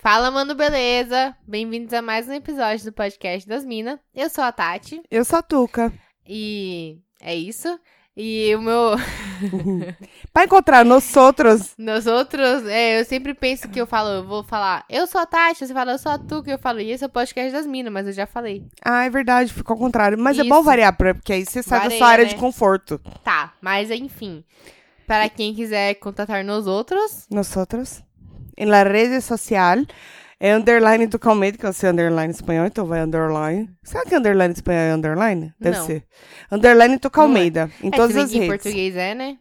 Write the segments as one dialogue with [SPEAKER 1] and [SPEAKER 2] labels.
[SPEAKER 1] Fala, mano, beleza? Bem-vindos a mais um episódio do podcast das Minas. Eu sou a Tati
[SPEAKER 2] Eu sou a Tuca.
[SPEAKER 1] e é isso. E o meu.
[SPEAKER 2] Para encontrar nós outros,
[SPEAKER 1] Nos outros, é, eu sempre penso que eu falo, eu vou falar, eu sou a Tati, você fala, eu sou a Tuca, eu falo, e esse é o podcast das Minas, mas eu já falei.
[SPEAKER 2] ah, é verdade, ficou ao contrário. Mas é
[SPEAKER 1] Isso.
[SPEAKER 2] bom variar, pra- porque aí você sai da
[SPEAKER 1] Varia,
[SPEAKER 2] sua área
[SPEAKER 1] né?
[SPEAKER 2] de conforto.
[SPEAKER 1] Tá, mas enfim. Para quem quiser contatar nos outros,
[SPEAKER 2] Nós outros, em la rede social, é underline do Calmete, que eu sei underline espanhol, então vai underline. Será que underline espanhol é underline? Deve
[SPEAKER 1] Não.
[SPEAKER 2] ser. Underline do Calmeida, em
[SPEAKER 1] é, se
[SPEAKER 2] todas
[SPEAKER 1] bem
[SPEAKER 2] as
[SPEAKER 1] que em
[SPEAKER 2] redes.
[SPEAKER 1] português Tá. é, né?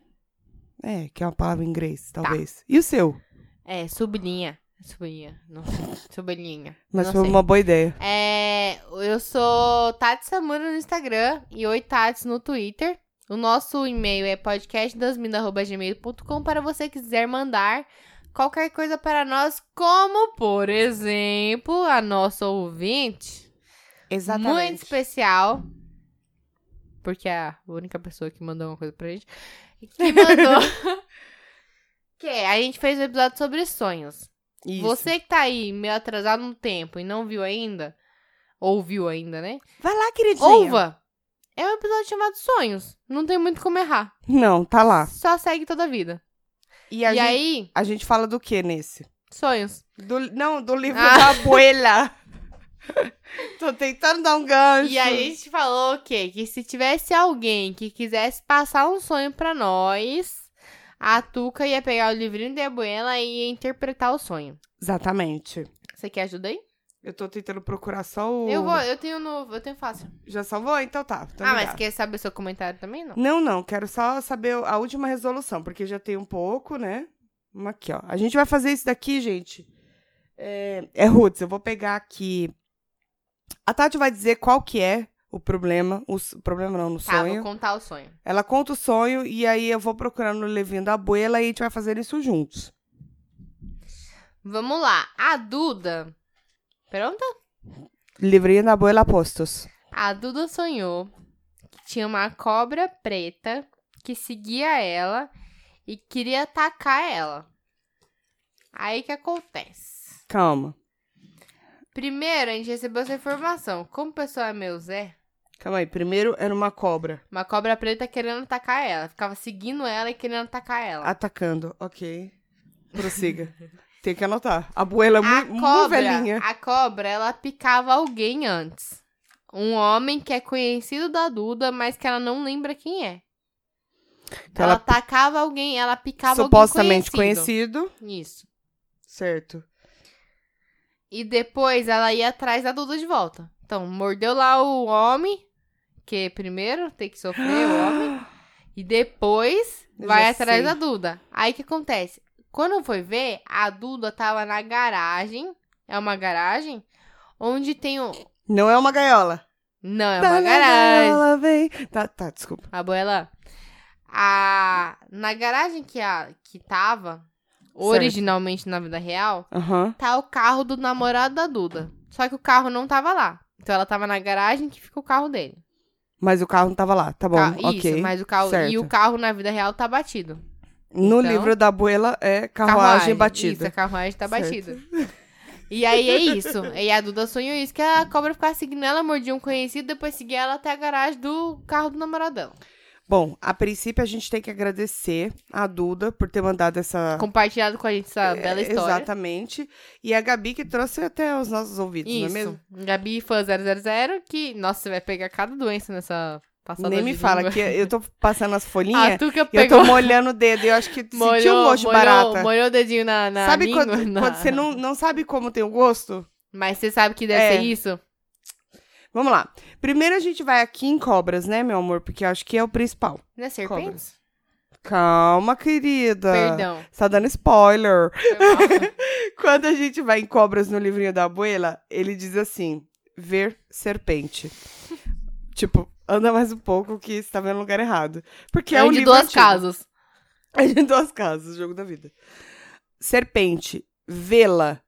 [SPEAKER 2] É, que é uma palavra em inglês, talvez. E o seu?
[SPEAKER 1] É, sublinha. Sublinha. Não sei. Sublinha.
[SPEAKER 2] Mas
[SPEAKER 1] não
[SPEAKER 2] foi
[SPEAKER 1] sei.
[SPEAKER 2] uma boa ideia.
[SPEAKER 1] É, eu sou Tati Samura no Instagram e Oi Tats no Twitter. O nosso e-mail é podcastdasmina.gmail.com para você quiser mandar qualquer coisa para nós, como, por exemplo, a nossa ouvinte, muito especial, porque é a única pessoa que mandou uma coisa pra gente, que mandou... que a gente fez um episódio sobre sonhos.
[SPEAKER 2] Isso.
[SPEAKER 1] Você que tá aí meio atrasado no tempo e não viu ainda, ou viu ainda, né?
[SPEAKER 2] Vai lá, queridinha.
[SPEAKER 1] Ouva! É um episódio chamado Sonhos. Não tem muito como errar.
[SPEAKER 2] Não, tá lá.
[SPEAKER 1] Só segue toda a vida.
[SPEAKER 2] E
[SPEAKER 1] E,
[SPEAKER 2] a, gente,
[SPEAKER 1] aí,
[SPEAKER 2] a gente fala do que nesse?
[SPEAKER 1] sonhos.
[SPEAKER 2] Do- não, do livro
[SPEAKER 1] Ah.
[SPEAKER 2] da abuela. Tô tentando dar um gancho.
[SPEAKER 1] E aí a gente falou o quê? Que se tivesse alguém que quisesse passar um sonho pra nós, a Tuca ia pegar o livrinho de Abuela e ia interpretar o sonho.
[SPEAKER 2] Exatamente.
[SPEAKER 1] Você quer ajuda aí?
[SPEAKER 2] Eu tô tentando procurar só o...
[SPEAKER 1] Eu vou, eu tenho no, eu tenho fácil.
[SPEAKER 2] Já salvou? Então tá. então
[SPEAKER 1] ah,
[SPEAKER 2] me
[SPEAKER 1] mas
[SPEAKER 2] dá.
[SPEAKER 1] quer saber seu comentário também? Não.
[SPEAKER 2] Não, não. Quero só saber a última resolução, porque já tem um pouco, né? Uma aqui, ó. A gente vai fazer isso daqui, gente. É, é Roots, eu vou pegar aqui. A Tati vai dizer qual que é o problema. O s- problema não, no
[SPEAKER 1] Tá,
[SPEAKER 2] sonho.
[SPEAKER 1] vou contar o sonho.
[SPEAKER 2] Ela conta o sonho e aí eu vou procurando o levinho da abuela e a gente vai fazer isso juntos.
[SPEAKER 1] Vamos lá. A Duda. Pronta?
[SPEAKER 2] Livrinho da abuela postos.
[SPEAKER 1] A Duda sonhou que tinha uma cobra preta que seguia ela e queria atacar ela. Aí que acontece.
[SPEAKER 2] Calma.
[SPEAKER 1] Primeiro, a gente recebeu essa informação. Como o pessoal é meu Zé,
[SPEAKER 2] Calma aí. Primeiro era uma cobra
[SPEAKER 1] uma cobra preta querendo atacar ela. Ficava seguindo ela e querendo atacar ela.
[SPEAKER 2] atacando. Ok. Prossiga. Tem que anotar. A abuela é
[SPEAKER 1] a
[SPEAKER 2] muito, muito velhinha.
[SPEAKER 1] cobra, a cobra, ela picava alguém antes. Um homem que é conhecido da Duda, mas que ela não lembra quem é.
[SPEAKER 2] Então
[SPEAKER 1] ela
[SPEAKER 2] ela
[SPEAKER 1] atacava alguém, ela picava
[SPEAKER 2] Supostamente
[SPEAKER 1] alguém
[SPEAKER 2] conhecido.
[SPEAKER 1] Isso.
[SPEAKER 2] Certo.
[SPEAKER 1] E depois ela ia atrás da Duda de volta. Então, mordeu lá o homem, que primeiro tem que sofrer o homem. E depois
[SPEAKER 2] Eu
[SPEAKER 1] vai
[SPEAKER 2] já
[SPEAKER 1] atrás
[SPEAKER 2] sei.
[SPEAKER 1] da Duda. Aí o que acontece? Quando foi ver, a Duda tava na garagem. É uma garagem? Onde tem um.
[SPEAKER 2] Não é uma gaiola.
[SPEAKER 1] Não, é
[SPEAKER 2] Tá
[SPEAKER 1] uma
[SPEAKER 2] na
[SPEAKER 1] garagem.
[SPEAKER 2] gaiola, vem. Tá, tá, desculpa.
[SPEAKER 1] Abuela. A... Na garagem que, a... que tava, originalmente na vida real,
[SPEAKER 2] Aham.
[SPEAKER 1] tá o carro do namorado da Duda. Só que o carro não tava lá. Então ela tava na garagem que fica o carro dele.
[SPEAKER 2] Mas o carro não tava lá. Tá bom,
[SPEAKER 1] Ca-
[SPEAKER 2] ok.
[SPEAKER 1] Isso, mas o carro. E
[SPEAKER 2] certo.
[SPEAKER 1] o carro na vida real tá batido.
[SPEAKER 2] No
[SPEAKER 1] Então-
[SPEAKER 2] livro da abuela é carruagem,
[SPEAKER 1] Isso,
[SPEAKER 2] batida.
[SPEAKER 1] a carruagem tá
[SPEAKER 2] Certo.
[SPEAKER 1] batida. E aí é isso. E a Duda sonhou isso, que a cobra ficava seguindo ela, mordia um conhecido, depois seguia ela até a garagem do carro do namorado dela.
[SPEAKER 2] Bom, a princípio a gente tem que agradecer a Duda por ter mandado essa
[SPEAKER 1] Compartilhado com a gente essa bela
[SPEAKER 2] É,
[SPEAKER 1] história.
[SPEAKER 2] Exatamente. E a Gabi que trouxe até os nossos ouvidos, não é mesmo?
[SPEAKER 1] Isso. Gabi fã 000, que, nossa, você vai pegar cada doença nessa passada
[SPEAKER 2] Nem
[SPEAKER 1] de
[SPEAKER 2] me fala
[SPEAKER 1] língua. Ah,
[SPEAKER 2] que eu tô passando as
[SPEAKER 1] A
[SPEAKER 2] folhinhas
[SPEAKER 1] Tuca
[SPEAKER 2] e eu
[SPEAKER 1] pegou.
[SPEAKER 2] tô molhando o dedo. Eu acho que senti um gosto de barata.
[SPEAKER 1] molhou o dedinho na, na
[SPEAKER 2] sabe
[SPEAKER 1] língua,
[SPEAKER 2] quando,
[SPEAKER 1] na-
[SPEAKER 2] quando você não, não sabe como tem o gosto?
[SPEAKER 1] Mas você sabe que deve
[SPEAKER 2] É.
[SPEAKER 1] ser isso?
[SPEAKER 2] Vamos lá. Primeiro a gente vai aqui em cobras, né, meu amor? Porque eu acho que é o principal.
[SPEAKER 1] Não é serpente?
[SPEAKER 2] Cobras. Calma, querida.
[SPEAKER 1] Perdão.
[SPEAKER 2] Você tá dando spoiler.
[SPEAKER 1] Foi mal.
[SPEAKER 2] Quando a gente vai em Cobras no livrinho da abuela, ele diz assim: ver serpente. tipo, anda mais um pouco que você tá vendo o lugar errado. Porque é, um
[SPEAKER 1] de
[SPEAKER 2] livro
[SPEAKER 1] duas
[SPEAKER 2] antigo.
[SPEAKER 1] casas.
[SPEAKER 2] É de duas casas, jogo da vida. Serpente, vê-la.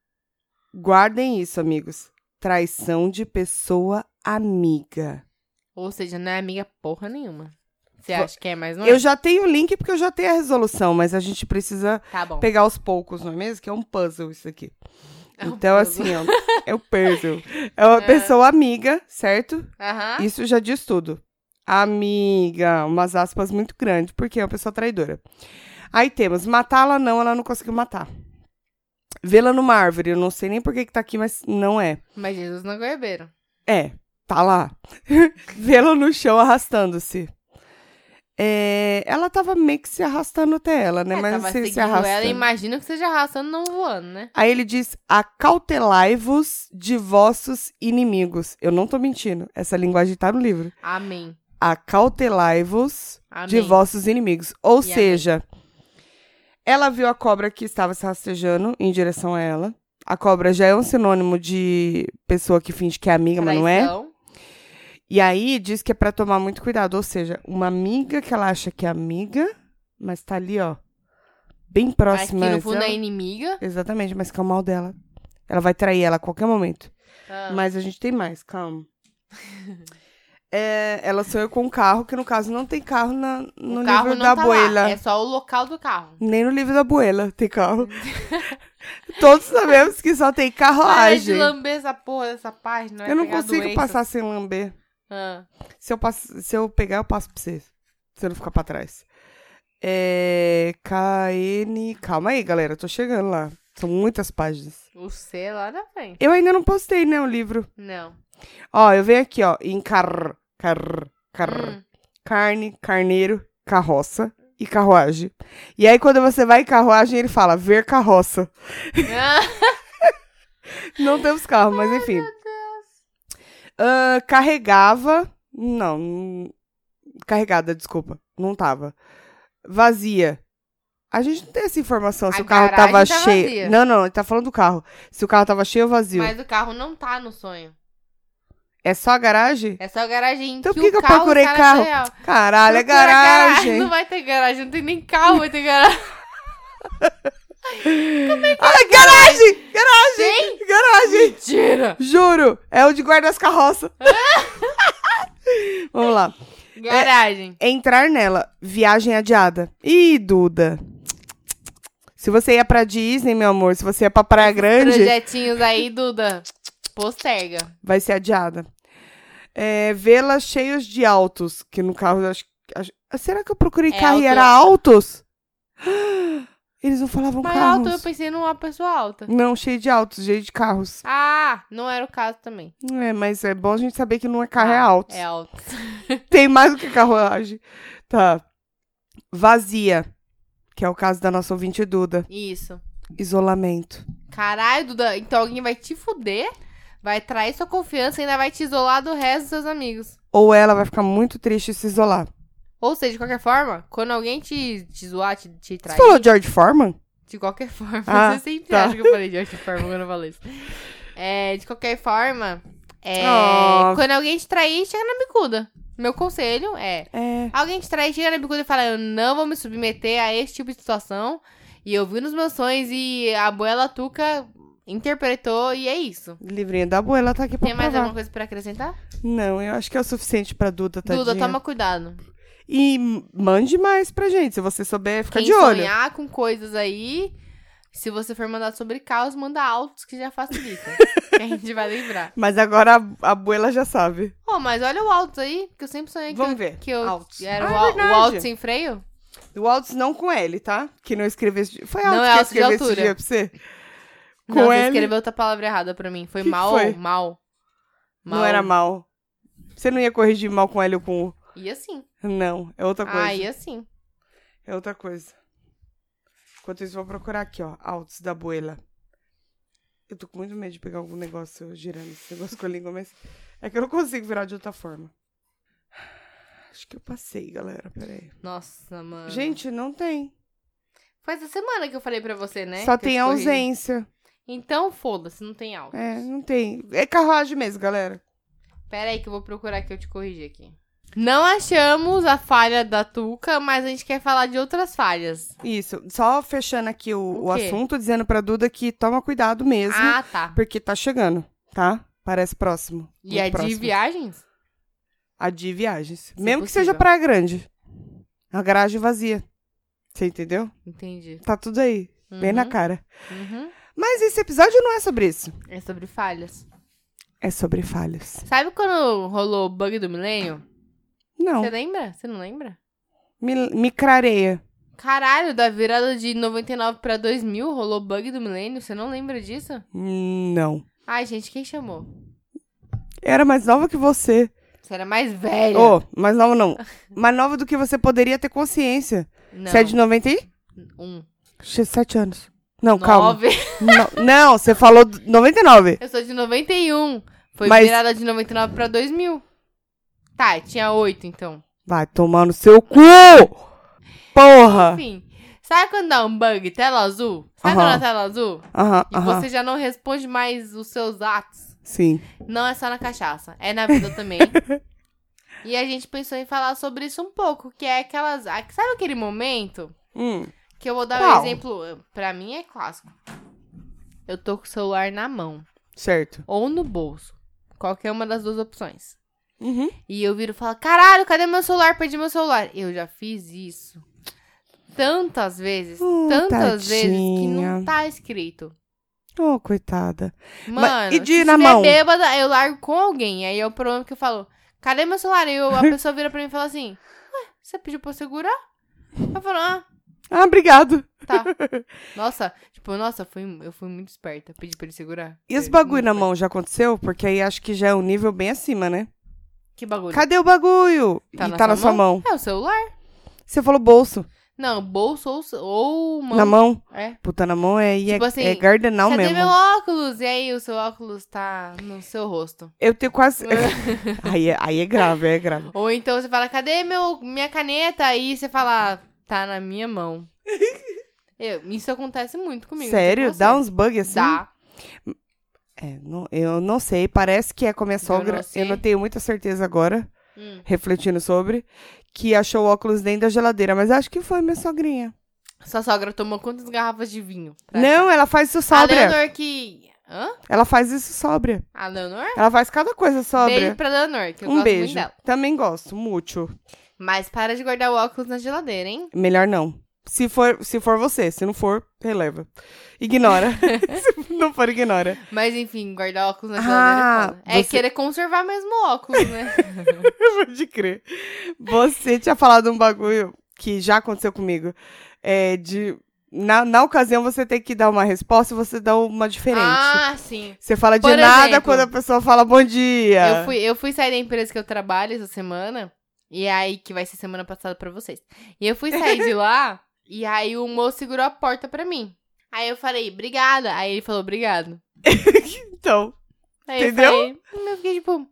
[SPEAKER 2] Guardem isso, amigos. Traição de pessoa amiga.
[SPEAKER 1] Ou seja, não é amiga porra nenhuma. Você
[SPEAKER 2] Vo-
[SPEAKER 1] acha que é, mas não é?
[SPEAKER 2] Eu já tenho o link porque eu já tenho a resolução, mas a gente precisa
[SPEAKER 1] Tá bom.
[SPEAKER 2] pegar aos poucos, não é mesmo? Que é um puzzle isso aqui.
[SPEAKER 1] É um
[SPEAKER 2] então,
[SPEAKER 1] puzzle.
[SPEAKER 2] assim, ó, é o puzzle. É uma pessoa amiga, certo?
[SPEAKER 1] Aham.
[SPEAKER 2] Isso já diz tudo. Amiga, umas aspas muito grandes, porque é uma pessoa traidora. Aí temos, matá-la não, ela não conseguiu matar. Vê-la numa árvore, eu não sei nem por que que tá aqui, mas não é.
[SPEAKER 1] Mas Jesus não é goiabeiro.
[SPEAKER 2] É, tá lá. Vê-la no chão arrastando-se. É, ela tava meio que se arrastando até ela, né?
[SPEAKER 1] É,
[SPEAKER 2] mas
[SPEAKER 1] tava
[SPEAKER 2] não sei se
[SPEAKER 1] seguindo
[SPEAKER 2] arrastando.
[SPEAKER 1] ela, imagino que seja arrastando, não voando, né?
[SPEAKER 2] Aí ele diz: acautelai-vos de vossos inimigos. Eu não tô mentindo, essa linguagem tá no livro.
[SPEAKER 1] Amém.
[SPEAKER 2] Acautelai-vos
[SPEAKER 1] Amém.
[SPEAKER 2] de vossos inimigos. Ou
[SPEAKER 1] E amém.
[SPEAKER 2] seja, ela viu a cobra que estava se rastejando em direção a ela. A cobra já é um sinônimo de pessoa que finge que é amiga, mas não é.
[SPEAKER 1] Traição.
[SPEAKER 2] E aí diz que é pra tomar muito cuidado. Ou seja, uma amiga que ela acha que é amiga, mas tá ali, ó. Bem
[SPEAKER 1] Mas que
[SPEAKER 2] próxima.
[SPEAKER 1] no fundo
[SPEAKER 2] Ela-
[SPEAKER 1] é inimiga.
[SPEAKER 2] Exatamente, mas que é o mal dela. Ela vai trair ela a qualquer momento.
[SPEAKER 1] Ah,
[SPEAKER 2] Mas a gente tem mais, calma. É, ela sonhou com um carro, que no caso não tem carro na- no
[SPEAKER 1] o carro
[SPEAKER 2] livro
[SPEAKER 1] não
[SPEAKER 2] da
[SPEAKER 1] tá
[SPEAKER 2] abuela.
[SPEAKER 1] lá, é só o local do carro.
[SPEAKER 2] Nem no livro da abuela tem carro. Todos sabemos que só tem
[SPEAKER 1] Para de
[SPEAKER 2] carruagem.
[SPEAKER 1] lamber essa porra dessa página. vai
[SPEAKER 2] Eu não
[SPEAKER 1] pegar
[SPEAKER 2] consigo
[SPEAKER 1] doença.
[SPEAKER 2] passar sem lamber.
[SPEAKER 1] Ah,
[SPEAKER 2] Se eu, passo- se eu pegar, eu passo pra vocês. Se eu não ficar pra trás. É. KN. Calma aí, galera. Eu tô chegando lá. São muitas páginas.
[SPEAKER 1] o C lá na frente.
[SPEAKER 2] Eu ainda não postei, né, o livro.
[SPEAKER 1] Não.
[SPEAKER 2] Ó, eu venho aqui, ó, em car, car, car,
[SPEAKER 1] Hum,
[SPEAKER 2] carne, carneiro, carroça e carruagem. E aí quando você vai em carruagem, ele fala ver carroça.
[SPEAKER 1] Ah,
[SPEAKER 2] Não temos carro, mas enfim. Ah, carregava, não, hum, carregada, desculpa, não tava. Vazia. A gente não tem essa informação se
[SPEAKER 1] A
[SPEAKER 2] o carro
[SPEAKER 1] garagem
[SPEAKER 2] tava
[SPEAKER 1] tá
[SPEAKER 2] cheio.
[SPEAKER 1] vazia.
[SPEAKER 2] Não, não, ele tá falando do carro. Se o carro tava cheio ou vazio.
[SPEAKER 1] mas o carro não tá no sonho.
[SPEAKER 2] É só a garagem?
[SPEAKER 1] É só a garagem
[SPEAKER 2] Então
[SPEAKER 1] que
[SPEAKER 2] por que
[SPEAKER 1] o
[SPEAKER 2] que eu
[SPEAKER 1] carro
[SPEAKER 2] procurei
[SPEAKER 1] tá na
[SPEAKER 2] carro?
[SPEAKER 1] real.
[SPEAKER 2] Caralho, é
[SPEAKER 1] Procura garagem.
[SPEAKER 2] garagem.
[SPEAKER 1] Não vai ter garagem, não tem nem carro, vai ter garagem.
[SPEAKER 2] Ah, garagem! Garagem! Garagem!
[SPEAKER 1] Mentira!
[SPEAKER 2] Juro, é o de guarda as carroças. Vamos lá.
[SPEAKER 1] Garagem.
[SPEAKER 2] Entrar nela. Viagem adiada. Ih, Duda. Se você ia pra Disney, meu amor, se você ia pra Praia Grande,
[SPEAKER 1] Projetinhos aí, Duda. Posterga.
[SPEAKER 2] vai ser adiada. É, Vê-la cheios de altos, que no carro eu acho, acho- Será que eu procurei
[SPEAKER 1] É
[SPEAKER 2] carro
[SPEAKER 1] alto.
[SPEAKER 2] e era altos? Eles não falavam
[SPEAKER 1] Mas
[SPEAKER 2] carros.
[SPEAKER 1] alto, eu pensei numa pessoa alta.
[SPEAKER 2] Não, cheio de altos, cheio de carros.
[SPEAKER 1] Ah, não era o caso também.
[SPEAKER 2] É, mas é bom a gente saber que não é carro, é
[SPEAKER 1] Ah,
[SPEAKER 2] altos.
[SPEAKER 1] É alto.
[SPEAKER 2] Tem mais do que carruagem. Tá. Vazia. Que é o caso da nossa ouvinte Duda.
[SPEAKER 1] Isso.
[SPEAKER 2] Isolamento.
[SPEAKER 1] Caralho, Duda. Então alguém vai te fuder, vai trair sua confiança e ainda vai te isolar do resto dos seus amigos.
[SPEAKER 2] Ou ela vai ficar muito triste e se isolar.
[SPEAKER 1] Ou seja, de qualquer forma, quando alguém te, te zoar, te, te
[SPEAKER 2] Você
[SPEAKER 1] trair,
[SPEAKER 2] falou George Foreman?
[SPEAKER 1] De qualquer forma,
[SPEAKER 2] Ah,
[SPEAKER 1] você sempre
[SPEAKER 2] tá.
[SPEAKER 1] acha que eu falei de qualquer forma quando eu falei isso. É, de qualquer forma, é,
[SPEAKER 2] Oh.
[SPEAKER 1] quando alguém te trair, chega na bicuda. Meu conselho é:
[SPEAKER 2] É.
[SPEAKER 1] alguém te trair, chega na bicuda e fala, eu não vou me submeter a esse tipo de situação. E eu vi nos meus sonhos e a abuela Tuca interpretou, e é isso.
[SPEAKER 2] Livrinho da abuela tá aqui pra
[SPEAKER 1] Tem mais
[SPEAKER 2] provar.
[SPEAKER 1] alguma coisa pra acrescentar?
[SPEAKER 2] Não, eu acho que é o suficiente pra Duda, tadinha.
[SPEAKER 1] Duda, toma cuidado.
[SPEAKER 2] E m- mande mais pra gente. Se você souber, fica
[SPEAKER 1] Quem
[SPEAKER 2] de olho.
[SPEAKER 1] sonhar com coisas aí, se você for mandado sobre caos, manda altos que já facilita. que a gente vai lembrar.
[SPEAKER 2] Mas agora a a abuela já sabe.
[SPEAKER 1] Pô, mas olha o alto aí, que eu sempre sonhei que
[SPEAKER 2] Vamos
[SPEAKER 1] eu,
[SPEAKER 2] ver.
[SPEAKER 1] que eu
[SPEAKER 2] Altos.
[SPEAKER 1] era
[SPEAKER 2] Ah,
[SPEAKER 1] o,
[SPEAKER 2] é
[SPEAKER 1] al-
[SPEAKER 2] verdade.
[SPEAKER 1] o alto sem freio.
[SPEAKER 2] O Altos não com L, tá? Que não escreveu esse dia. Foi
[SPEAKER 1] Não
[SPEAKER 2] Altos
[SPEAKER 1] é
[SPEAKER 2] que
[SPEAKER 1] Altos de
[SPEAKER 2] escreveu esse
[SPEAKER 1] altura.
[SPEAKER 2] dia pra você? Com
[SPEAKER 1] não, você
[SPEAKER 2] L.
[SPEAKER 1] escreveu outra palavra errada pra mim. Foi
[SPEAKER 2] Que
[SPEAKER 1] mal,
[SPEAKER 2] foi?
[SPEAKER 1] mal.
[SPEAKER 2] Não era mal. Você não ia corrigir mal com L ou com U.
[SPEAKER 1] E assim.
[SPEAKER 2] Não, é outra coisa.
[SPEAKER 1] Ah, e assim.
[SPEAKER 2] É outra coisa. Enquanto isso, vou procurar aqui, ó. Altos da Buela. Eu tô com muito medo de pegar algum negócio girando esse negócio com a língua, mas é que eu não consigo virar de outra forma. Acho que eu passei, galera. Peraí.
[SPEAKER 1] Nossa, mano.
[SPEAKER 2] Gente, não tem.
[SPEAKER 1] Foi essa semana que eu falei pra você, né?
[SPEAKER 2] Só
[SPEAKER 1] Que
[SPEAKER 2] tem
[SPEAKER 1] eu corrigi.
[SPEAKER 2] ausência.
[SPEAKER 1] Então, foda-se, não tem alto.
[SPEAKER 2] É, não tem. É carruagem mesmo, galera.
[SPEAKER 1] Pera aí que eu vou procurar que eu te corrigi aqui. Não achamos a falha da Tuca, mas a gente quer falar de outras falhas.
[SPEAKER 2] Isso. Só fechando aqui o,
[SPEAKER 1] O
[SPEAKER 2] o
[SPEAKER 1] quê?
[SPEAKER 2] assunto, dizendo pra Duda que toma cuidado mesmo.
[SPEAKER 1] Ah, tá.
[SPEAKER 2] Porque tá chegando, tá? Parece próximo.
[SPEAKER 1] E
[SPEAKER 2] muito
[SPEAKER 1] a de
[SPEAKER 2] próximo.
[SPEAKER 1] viagens?
[SPEAKER 2] A de viagens. Mesmo que
[SPEAKER 1] é possível.
[SPEAKER 2] seja praia grande. A garagem vazia. Você entendeu?
[SPEAKER 1] Entendi.
[SPEAKER 2] Tá tudo aí. Bem na cara.
[SPEAKER 1] Uhum.
[SPEAKER 2] Mas esse episódio não é sobre isso.
[SPEAKER 1] É sobre falhas.
[SPEAKER 2] É sobre falhas.
[SPEAKER 1] Sabe quando rolou o bug do milênio?
[SPEAKER 2] Não.
[SPEAKER 1] Você lembra? Você não lembra?
[SPEAKER 2] Mi- Micrareia.
[SPEAKER 1] Caralho, da virada de 99 pra 2000 rolou o bug do milênio. Você não lembra disso?
[SPEAKER 2] Não.
[SPEAKER 1] Ai, gente, quem chamou?
[SPEAKER 2] Eu era mais nova que você.
[SPEAKER 1] Você era mais velha.
[SPEAKER 2] Ô, mais nova não. Mais nova do que você poderia ter consciência.
[SPEAKER 1] não.
[SPEAKER 2] Você é de 90 e?
[SPEAKER 1] Um.
[SPEAKER 2] X- Sete anos. Não, calma.
[SPEAKER 1] Nove.
[SPEAKER 2] No- não, você falou do- 99.
[SPEAKER 1] Eu sou de 91. Foi
[SPEAKER 2] Mas-
[SPEAKER 1] virada de 99 pra 2000. Tá, tinha oito, então.
[SPEAKER 2] Vai tomar no seu cu! Porra!
[SPEAKER 1] Enfim. Sabe quando dá um bug? Tela azul? Sabe
[SPEAKER 2] Aham.
[SPEAKER 1] quando dá tela azul?
[SPEAKER 2] Aham,
[SPEAKER 1] E
[SPEAKER 2] aham.
[SPEAKER 1] você já não responde mais os seus atos.
[SPEAKER 2] Sim.
[SPEAKER 1] Não é só na cachaça, é na vida também. e a gente pensou em falar sobre isso um pouco, que é aquelas. a- Sabe aquele momento
[SPEAKER 2] Hum.
[SPEAKER 1] que eu vou dar
[SPEAKER 2] Qual?
[SPEAKER 1] um exemplo? Pra mim é clássico. Eu tô com o celular na mão
[SPEAKER 2] Certo.
[SPEAKER 1] ou no bolso. Qualquer uma das duas opções.
[SPEAKER 2] Uhum.
[SPEAKER 1] E eu viro e falo: caralho, cadê meu celular? Perdi meu celular. Eu já fiz isso. Tantas vezes,
[SPEAKER 2] Hum,
[SPEAKER 1] tantas vezes que
[SPEAKER 2] tadinha.
[SPEAKER 1] não tá escrito.
[SPEAKER 2] Oh, coitada.
[SPEAKER 1] Mano,
[SPEAKER 2] Mas- e de
[SPEAKER 1] se
[SPEAKER 2] na
[SPEAKER 1] tiver
[SPEAKER 2] mão?
[SPEAKER 1] bêbada, eu largo com alguém. Aí é o problema que eu falo, cadê meu celular? E eu- a pessoa vira pra mim e fala assim, ué, você pediu pra eu segurar? Eu falo, ah,
[SPEAKER 2] Ah, obrigado.
[SPEAKER 1] tá. Nossa, tipo, nossa, fui, eu fui muito esperta. Pedi pra ele segurar.
[SPEAKER 2] E esse
[SPEAKER 1] Eu-
[SPEAKER 2] bagulho na
[SPEAKER 1] muito-
[SPEAKER 2] mão já aconteceu? Porque aí acho que já é um nível bem acima, né?
[SPEAKER 1] Que bagulho?
[SPEAKER 2] Cadê o bagulho? e tá na sua mão.
[SPEAKER 1] É o celular.
[SPEAKER 2] Você falou bolso.
[SPEAKER 1] Não, bolso ou, ce- ou mão.
[SPEAKER 2] Na mão.
[SPEAKER 1] É.
[SPEAKER 2] Puta, na mão é, e é,
[SPEAKER 1] Tipo assim,
[SPEAKER 2] é gardenal
[SPEAKER 1] Cadê
[SPEAKER 2] mesmo.
[SPEAKER 1] meu óculos? E aí, o seu óculos tá no seu rosto.
[SPEAKER 2] Eu tenho quase. aí, é, aí é grave, é grave.
[SPEAKER 1] Ou então você fala, cadê meu, minha caneta? Aí você fala, tá na minha mão. Eu- isso acontece muito comigo. não sei
[SPEAKER 2] Sério?
[SPEAKER 1] com
[SPEAKER 2] Dá
[SPEAKER 1] você.
[SPEAKER 2] uns bugs assim?
[SPEAKER 1] Dá.
[SPEAKER 2] É, não- eu não sei, parece que é com a minha sogra. Eu
[SPEAKER 1] sei.
[SPEAKER 2] não tenho muita certeza agora,
[SPEAKER 1] Hum.
[SPEAKER 2] refletindo sobre, que achou o óculos dentro da geladeira, mas acho que foi minha sogrinha.
[SPEAKER 1] Sua sogra tomou quantas garrafas de vinho? pra-
[SPEAKER 2] Não, ela faz isso
[SPEAKER 1] A
[SPEAKER 2] sóbria.
[SPEAKER 1] Leonor que... Hã?
[SPEAKER 2] Ela faz isso sóbria.
[SPEAKER 1] A Leonor?
[SPEAKER 2] Ela faz cada coisa
[SPEAKER 1] Beijo
[SPEAKER 2] sóbria.
[SPEAKER 1] pra Leonor, que eu
[SPEAKER 2] um
[SPEAKER 1] gosto
[SPEAKER 2] beijo.
[SPEAKER 1] muito dela.
[SPEAKER 2] Também gosto, mútil.
[SPEAKER 1] Mas para de guardar o óculos na geladeira, hein?
[SPEAKER 2] Melhor não. Se for, se for você, se não for, releva. Ignora. se não for, ignora.
[SPEAKER 1] Mas enfim, guardar óculos na
[SPEAKER 2] Ah,
[SPEAKER 1] geladeira é foda. É
[SPEAKER 2] você-
[SPEAKER 1] querer conservar mesmo o óculos, né?
[SPEAKER 2] Pode crer. Você tinha falado um bagulho que já aconteceu comigo. É de. Na, na ocasião, você tem que dar uma resposta e você dá uma diferente.
[SPEAKER 1] Ah, sim.
[SPEAKER 2] você fala de
[SPEAKER 1] por
[SPEAKER 2] nada
[SPEAKER 1] exemplo,
[SPEAKER 2] quando a pessoa fala bom dia.
[SPEAKER 1] Eu fui, eu fui sair da empresa que eu trabalho essa semana. E é aí, que vai ser semana passada pra vocês. E eu fui sair de lá. E aí, o moço segurou a porta pra mim. Aí eu falei, obrigada. Aí ele falou, obrigado.
[SPEAKER 2] Então,
[SPEAKER 1] Aí eu
[SPEAKER 2] Entendeu?
[SPEAKER 1] falei, hum, eu fiquei tipo.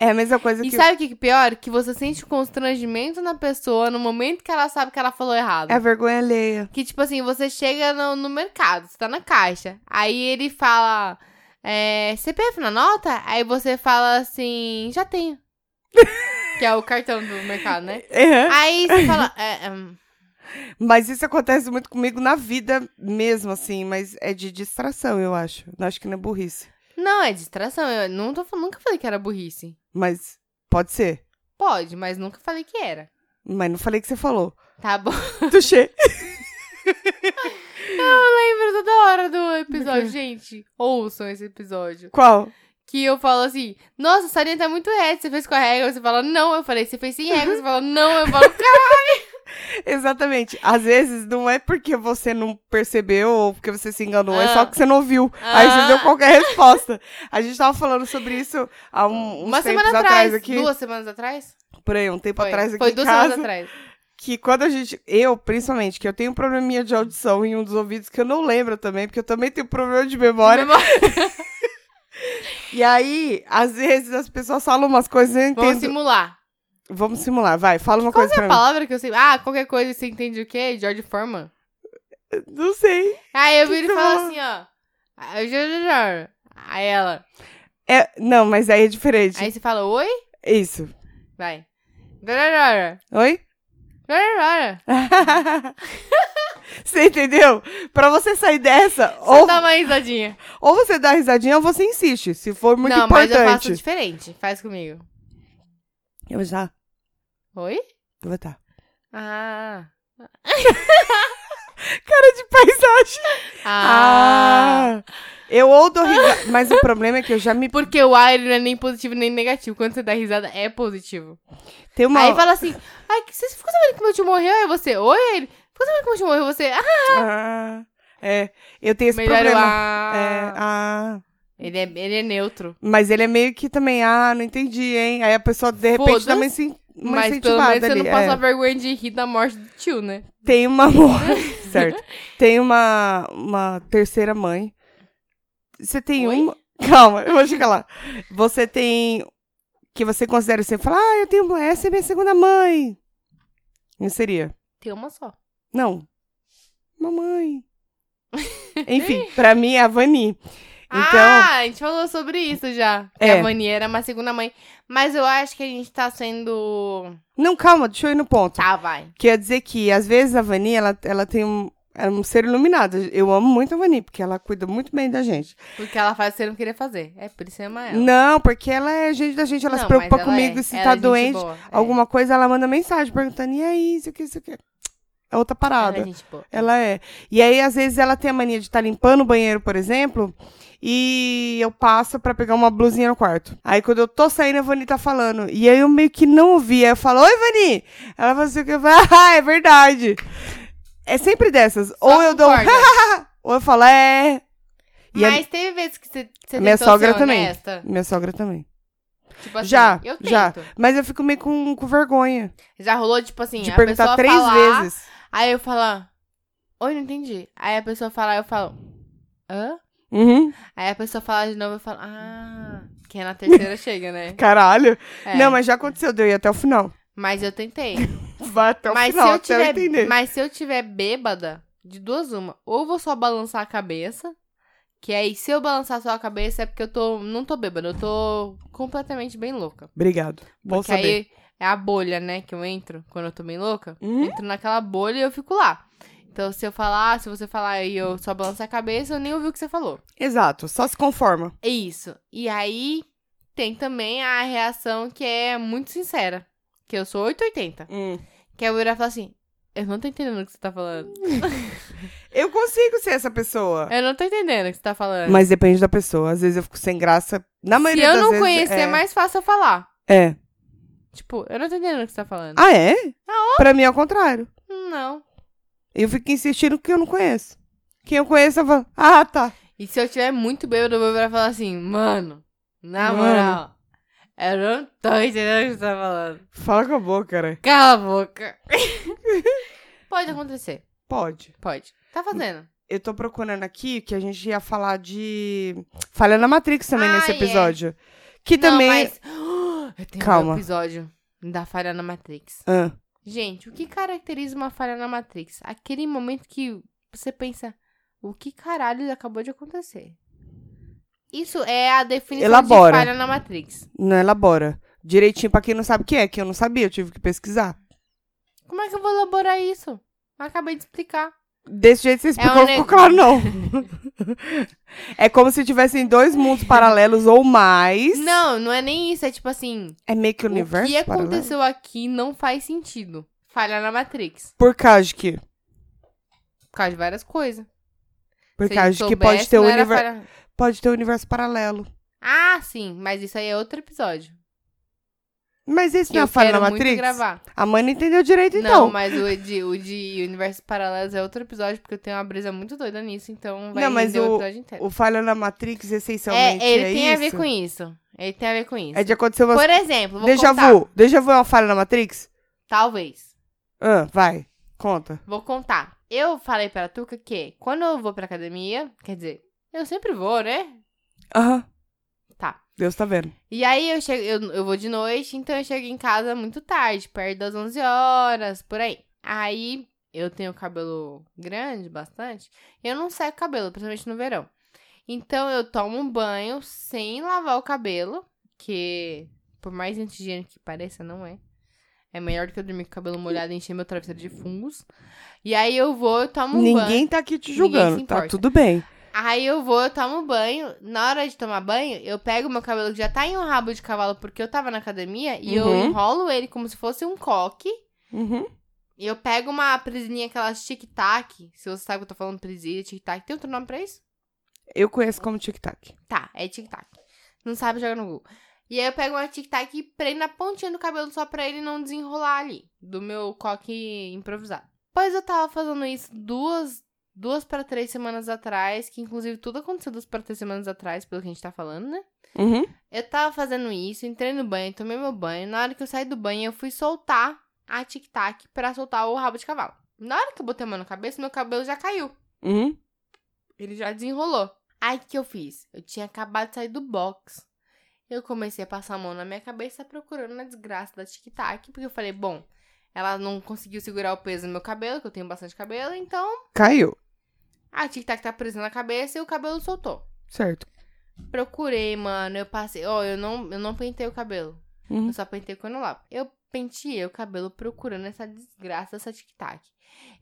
[SPEAKER 2] é a mesma coisa
[SPEAKER 1] E
[SPEAKER 2] que.
[SPEAKER 1] sabe o que que é pior? Que você sente o constrangimento na pessoa no momento que ela sabe que ela falou errado.
[SPEAKER 2] É a vergonha alheia.
[SPEAKER 1] Que tipo assim, você chega no, no mercado, você tá na caixa. Aí ele fala, é, CPF na nota? Aí você fala assim, já tenho. que é o cartão do mercado, né?
[SPEAKER 2] É.
[SPEAKER 1] Aí você fala, é, hum,
[SPEAKER 2] Mas isso acontece muito comigo na vida mesmo, assim. Mas é de distração, eu acho. Eu acho que não é burrice.
[SPEAKER 1] não, é distração. Eu não tô, fal- nunca falei que era burrice.
[SPEAKER 2] Mas pode ser.
[SPEAKER 1] Pode, mas nunca falei que era.
[SPEAKER 2] Mas não falei que você falou.
[SPEAKER 1] Tá bom.
[SPEAKER 2] Tuxê.
[SPEAKER 1] Lembra toda hora do episódio, gente. Ouçam esse episódio.
[SPEAKER 2] Qual?
[SPEAKER 1] Que eu falo assim, nossa, essa linha tá muito reta. Você fez com a régua? Você fala, não. Eu falei, você fez sem régua? Você fala, não. Eu falo,
[SPEAKER 2] Exatamente. Às vezes não é porque você não percebeu ou porque você se enganou, é só
[SPEAKER 1] Ah.
[SPEAKER 2] que você não viu. Aí você
[SPEAKER 1] Ah.
[SPEAKER 2] deu qualquer resposta. A gente tava falando sobre isso há um, uns
[SPEAKER 1] Uma
[SPEAKER 2] tempos
[SPEAKER 1] semana
[SPEAKER 2] atrás,
[SPEAKER 1] atrás,
[SPEAKER 2] aqui.
[SPEAKER 1] duas semanas atrás?
[SPEAKER 2] Por aí, um tempo
[SPEAKER 1] Foi.
[SPEAKER 2] atrás aqui
[SPEAKER 1] Foi
[SPEAKER 2] em
[SPEAKER 1] duas
[SPEAKER 2] casa.
[SPEAKER 1] semanas atrás.
[SPEAKER 2] Que quando a gente. Eu, principalmente, que eu tenho um probleminha de audição em um dos ouvidos que eu não lembro também, porque eu também tenho problema de memória.
[SPEAKER 1] Memória-
[SPEAKER 2] E aí, às vezes, as pessoas falam umas coisas e eu entendo.
[SPEAKER 1] Vamos simular.
[SPEAKER 2] Vamos simular, vai, fala uma
[SPEAKER 1] Qual
[SPEAKER 2] coisa
[SPEAKER 1] que é
[SPEAKER 2] pra
[SPEAKER 1] a palavra que eu sei? Ah, qualquer coisa você entende o quê? George Foreman.
[SPEAKER 2] mim. Não sei.
[SPEAKER 1] Aí eu
[SPEAKER 2] Que
[SPEAKER 1] viro
[SPEAKER 2] que
[SPEAKER 1] e falo
[SPEAKER 2] você
[SPEAKER 1] assim, ó. Ah, eu já- já- já. Aí ela.
[SPEAKER 2] É, não, mas aí é diferente.
[SPEAKER 1] Aí você fala, oi?
[SPEAKER 2] Isso.
[SPEAKER 1] Vai. Gararara.
[SPEAKER 2] Oi?
[SPEAKER 1] Gararara.
[SPEAKER 2] você entendeu? Pra você sair dessa,
[SPEAKER 1] Só
[SPEAKER 2] ou,
[SPEAKER 1] dá uma risadinha.
[SPEAKER 2] ou você dá risadinha ou você insiste, se for muito
[SPEAKER 1] Não, mas
[SPEAKER 2] importante.
[SPEAKER 1] eu faço diferente. Faz comigo.
[SPEAKER 2] Eu já
[SPEAKER 1] Oi?
[SPEAKER 2] vou tá.
[SPEAKER 1] Ah.
[SPEAKER 2] Cara de paisagem.
[SPEAKER 1] Ah.
[SPEAKER 2] Eu ou dou risada, mas o problema é que eu já me...
[SPEAKER 1] Porque o ar ele não é nem positivo nem negativo. Quando você dá risada, é positivo.
[SPEAKER 2] Tem uma...
[SPEAKER 1] Aí fala assim: Ai, que- você ficou sabendo que meu tio morreu? Aí você, oi, Aí ele. Ficou sabendo que meu tio morreu? Você, ah,
[SPEAKER 2] Ah, é, eu tenho esse
[SPEAKER 1] melhor o
[SPEAKER 2] problema. É,
[SPEAKER 1] ar.
[SPEAKER 2] ah.
[SPEAKER 1] Ele, é, ele é neutro.
[SPEAKER 2] Mas ele é meio que também, ah, não entendi, hein? Aí a pessoa, de repente,
[SPEAKER 1] Foda-se,
[SPEAKER 2] dá uma, incen- uma
[SPEAKER 1] Mas pelo
[SPEAKER 2] incentivada
[SPEAKER 1] menos você
[SPEAKER 2] ali.
[SPEAKER 1] não passa
[SPEAKER 2] é.
[SPEAKER 1] vergonha de rir da morte do tio, né?
[SPEAKER 2] Tem uma mãe, certo? Tem uma, uma terceira mãe. Você tem
[SPEAKER 1] Oi?
[SPEAKER 2] uma. Calma, eu vou chegar lá. Você tem. Que você considera assim, fala, ah, eu tenho. Essa é minha segunda mãe. Não seria?
[SPEAKER 1] Tem uma só.
[SPEAKER 2] Não. Mamãe. Enfim, pra mim é a Vani. Então.
[SPEAKER 1] Ah, a gente falou sobre isso já. Que
[SPEAKER 2] É.
[SPEAKER 1] a Vani era uma segunda mãe. Mas eu acho que a gente tá sendo.
[SPEAKER 2] Não, calma, deixa eu ir no ponto.
[SPEAKER 1] Tá, vai.
[SPEAKER 2] Quer dizer que, às vezes, a Vani, ela, ela tem um. É um ser iluminado. Eu amo muito a Vani, porque ela cuida muito bem da gente.
[SPEAKER 1] Porque ela faz o que você não queria fazer. É por isso que você ama ela.
[SPEAKER 2] Não, porque ela é gente da gente, ela se
[SPEAKER 1] Não,
[SPEAKER 2] preocupa
[SPEAKER 1] mas ela
[SPEAKER 2] comigo
[SPEAKER 1] é-
[SPEAKER 2] se
[SPEAKER 1] ela é
[SPEAKER 2] tá
[SPEAKER 1] gente
[SPEAKER 2] doente,
[SPEAKER 1] boa, é.
[SPEAKER 2] alguma coisa, ela manda mensagem perguntando, e aí, isso aqui, isso aqui. É outra
[SPEAKER 1] Ela
[SPEAKER 2] parada.
[SPEAKER 1] é gente boa.
[SPEAKER 2] Ela é. E aí, às vezes, ela tem a mania de estar limpando o banheiro, por exemplo, e eu passo pra pegar uma blusinha no quarto. Aí, quando eu tô saindo, a Vani tá falando. E aí, eu meio que não ouvi. Aí, eu falo, oi, Vani! Ela fala assim, eu falo, ah, é verdade. É sempre dessas. ou eu dou, um,
[SPEAKER 1] concorda.
[SPEAKER 2] ou eu falo, é... E a-
[SPEAKER 1] Mas teve vezes que você, você
[SPEAKER 2] Minha
[SPEAKER 1] tentou
[SPEAKER 2] sogra
[SPEAKER 1] ser
[SPEAKER 2] também.
[SPEAKER 1] honesta.
[SPEAKER 2] minha sogra também.
[SPEAKER 1] Tipo assim,
[SPEAKER 2] Já,
[SPEAKER 1] eu tento.
[SPEAKER 2] já. Mas eu fico meio com, com vergonha
[SPEAKER 1] Já rolou, tipo assim,
[SPEAKER 2] de
[SPEAKER 1] a
[SPEAKER 2] perguntar
[SPEAKER 1] pessoa
[SPEAKER 2] três
[SPEAKER 1] falar,
[SPEAKER 2] vezes.
[SPEAKER 1] Aí eu falo, oi, não entendi. Aí a pessoa fala, eu falo, hã?
[SPEAKER 2] Uhum.
[SPEAKER 1] Aí a pessoa fala de novo, eu falo, ah, que na terceira chega, né?
[SPEAKER 2] Caralho.
[SPEAKER 1] É,
[SPEAKER 2] Não, mas já aconteceu, deu ir até o final.
[SPEAKER 1] mas eu tentei.
[SPEAKER 2] Vai até o
[SPEAKER 1] mas,
[SPEAKER 2] final,
[SPEAKER 1] se eu
[SPEAKER 2] até eu
[SPEAKER 1] tiver,
[SPEAKER 2] entender.
[SPEAKER 1] mas se eu tiver bêbada, de duas uma, ou vou só balançar a cabeça, que aí se eu balançar só a cabeça é porque eu tô, não tô bêbada, eu tô completamente bem louca.
[SPEAKER 2] Obrigado. Bom
[SPEAKER 1] Porque
[SPEAKER 2] saber.
[SPEAKER 1] aí é a bolha, né, que eu entro quando eu tô bem louca.
[SPEAKER 2] Hum?
[SPEAKER 1] Entro naquela bolha e eu fico lá. Então, se eu falar, se você falar e eu só balançar a cabeça, eu nem ouvi o que você falou.
[SPEAKER 2] Exato, só se conforma.
[SPEAKER 1] É isso. E aí tem também a reação que é muito sincera. Que eu sou 880. Que é eu virar e falar assim: Eu não tô entendendo o que você tá falando.
[SPEAKER 2] Eu consigo ser essa pessoa.
[SPEAKER 1] Eu não tô entendendo o que você tá falando.
[SPEAKER 2] Mas depende da pessoa. Às vezes eu fico sem graça. Na
[SPEAKER 1] se
[SPEAKER 2] maioria
[SPEAKER 1] eu
[SPEAKER 2] das
[SPEAKER 1] não
[SPEAKER 2] vezes,
[SPEAKER 1] conhecer, é
[SPEAKER 2] é...
[SPEAKER 1] mais fácil eu falar.
[SPEAKER 2] É.
[SPEAKER 1] Tipo, eu não tô entendendo o que você tá falando.
[SPEAKER 2] Ah, é? Pra mim é o contrário.
[SPEAKER 1] Não.
[SPEAKER 2] Eu fico insistindo que eu não conheço. Quem eu conheço, eu falo, ah, tá.
[SPEAKER 1] E se eu tiver muito bêbado, eu vou virar e falar assim, mano, na
[SPEAKER 2] Mano.
[SPEAKER 1] moral, eu não tô entendendo o que você tá falando.
[SPEAKER 2] Fala com a boca, cara.
[SPEAKER 1] Cala a boca. pode acontecer,
[SPEAKER 2] Pode.
[SPEAKER 1] pode. Tá fazendo.
[SPEAKER 2] eu tô procurando aqui que a gente ia falar de falha na Matrix também
[SPEAKER 1] Ah,
[SPEAKER 2] nesse
[SPEAKER 1] é.
[SPEAKER 2] episódio. Que
[SPEAKER 1] não,
[SPEAKER 2] também.
[SPEAKER 1] mas... Eu tenho
[SPEAKER 2] Calma.
[SPEAKER 1] um episódio da falha na Matrix.
[SPEAKER 2] Ah,
[SPEAKER 1] Gente, o que caracteriza uma falha na Matrix? Aquele momento que você pensa, o que caralho acabou de acontecer? Isso é a definição
[SPEAKER 2] Elabora.
[SPEAKER 1] de falha na Matrix.
[SPEAKER 2] não elabora. Direitinho pra quem não sabe o que é, que eu não sabia, eu tive que pesquisar.
[SPEAKER 1] Como é que eu vou elaborar isso? Acabei de explicar.
[SPEAKER 2] Desse jeito você explicou,
[SPEAKER 1] um
[SPEAKER 2] não ficou
[SPEAKER 1] neg-
[SPEAKER 2] claro, não. é como se tivessem dois mundos paralelos ou mais.
[SPEAKER 1] Não, não é nem isso. É tipo assim:
[SPEAKER 2] É meio que o universo.
[SPEAKER 1] o que
[SPEAKER 2] paralelo.
[SPEAKER 1] aconteceu aqui não faz sentido. Falha na Matrix.
[SPEAKER 2] Por causa de que?
[SPEAKER 1] Por causa de várias coisas.
[SPEAKER 2] Por
[SPEAKER 1] Se
[SPEAKER 2] causa de que pode
[SPEAKER 1] soubesse,
[SPEAKER 2] ter, um
[SPEAKER 1] não era
[SPEAKER 2] univer...
[SPEAKER 1] falha-
[SPEAKER 2] pode ter um universo paralelo.
[SPEAKER 1] Ah, sim, mas isso aí é outro episódio.
[SPEAKER 2] Mas isso
[SPEAKER 1] Que
[SPEAKER 2] não é
[SPEAKER 1] eu
[SPEAKER 2] falha
[SPEAKER 1] quero
[SPEAKER 2] na
[SPEAKER 1] muito
[SPEAKER 2] Matrix?
[SPEAKER 1] gravar.
[SPEAKER 2] A mãe não entendeu direito, então.
[SPEAKER 1] Não, mas o de, o de Universos Paralelos é outro episódio, porque eu tenho uma brisa muito doida nisso, então vai
[SPEAKER 2] Não, mas
[SPEAKER 1] render o,
[SPEAKER 2] o-
[SPEAKER 1] episódio inteiro.
[SPEAKER 2] O falha na Matrix, essencialmente,
[SPEAKER 1] É,
[SPEAKER 2] é,
[SPEAKER 1] ele tem a ver
[SPEAKER 2] isso?
[SPEAKER 1] com isso. Ele tem a ver com isso.
[SPEAKER 2] É de acontecer umas
[SPEAKER 1] Por exemplo, vou
[SPEAKER 2] Deja
[SPEAKER 1] contar.
[SPEAKER 2] vu. Deja vu é uma falha na Matrix?
[SPEAKER 1] Talvez.
[SPEAKER 2] Ah, vai. Conta.
[SPEAKER 1] Vou contar. Eu falei pra Tuca que quando eu vou pra academia, quer dizer, eu sempre vou, né?
[SPEAKER 2] Aham.
[SPEAKER 1] Tá.
[SPEAKER 2] Deus tá vendo.
[SPEAKER 1] E aí eu chego, eu, eu vou de noite, então eu chego em casa muito tarde, perto das 11 horas, por aí. Aí eu tenho cabelo grande, bastante, e eu não seco o cabelo, principalmente no verão. Então eu tomo um banho sem lavar o cabelo, que por mais antigênico que pareça, não é. É melhor do que eu dormir com o cabelo molhado e encher meu travesseiro de fungos. E aí eu vou, eu tomo um banho.
[SPEAKER 2] Ninguém tá aqui te
[SPEAKER 1] Ninguém
[SPEAKER 2] julgando.
[SPEAKER 1] se
[SPEAKER 2] Tá
[SPEAKER 1] importa.
[SPEAKER 2] tudo bem.
[SPEAKER 1] Aí eu vou, eu tomo banho. Na hora de tomar banho, eu pego meu cabelo que já tá em um rabo de cavalo porque eu tava na academia e eu
[SPEAKER 2] Uhum.
[SPEAKER 1] enrolo ele como se fosse um coque.
[SPEAKER 2] Uhum.
[SPEAKER 1] E eu pego uma presilhinha, aquelas tic-tac. Se você sabe que eu tô falando presilha, tic-tac. Tem outro nome pra isso?
[SPEAKER 2] Eu conheço como tic-tac.
[SPEAKER 1] Tá, é tic-tac. Não sabe, joga no Google. E aí eu pego uma tic-tac e prendo na pontinha do cabelo só pra ele não desenrolar ali. Do meu coque improvisado. Pois eu tava fazendo isso duas, duas para três semanas atrás. Que inclusive tudo aconteceu duas pra três semanas atrás, pelo que a gente tá falando, né?
[SPEAKER 2] Uhum.
[SPEAKER 1] Eu tava fazendo isso, entrei no banho, tomei meu banho. Na hora que eu saí do banho, eu fui soltar a tic-tac pra soltar o rabo de cavalo. Na hora que eu botei a mão na cabeça, meu cabelo já caiu.
[SPEAKER 2] Uhum.
[SPEAKER 1] Ele já desenrolou. Aí o que eu fiz? Eu tinha acabado de sair do box. Eu comecei a passar a mão na minha cabeça procurando na desgraça da tic-tac, porque eu falei, bom, ela não conseguiu segurar o peso no meu cabelo, que eu tenho bastante cabelo, então
[SPEAKER 2] Caiu.
[SPEAKER 1] a tic-tac tá presa na cabeça e o cabelo soltou.
[SPEAKER 2] Certo.
[SPEAKER 1] Procurei, mano, eu passei. Ó, eu, não, eu não pentei o cabelo.
[SPEAKER 2] Uhum.
[SPEAKER 1] Eu só pentei quando eu lavo. Eu penteei o cabelo procurando essa desgraça, essa tic-tac.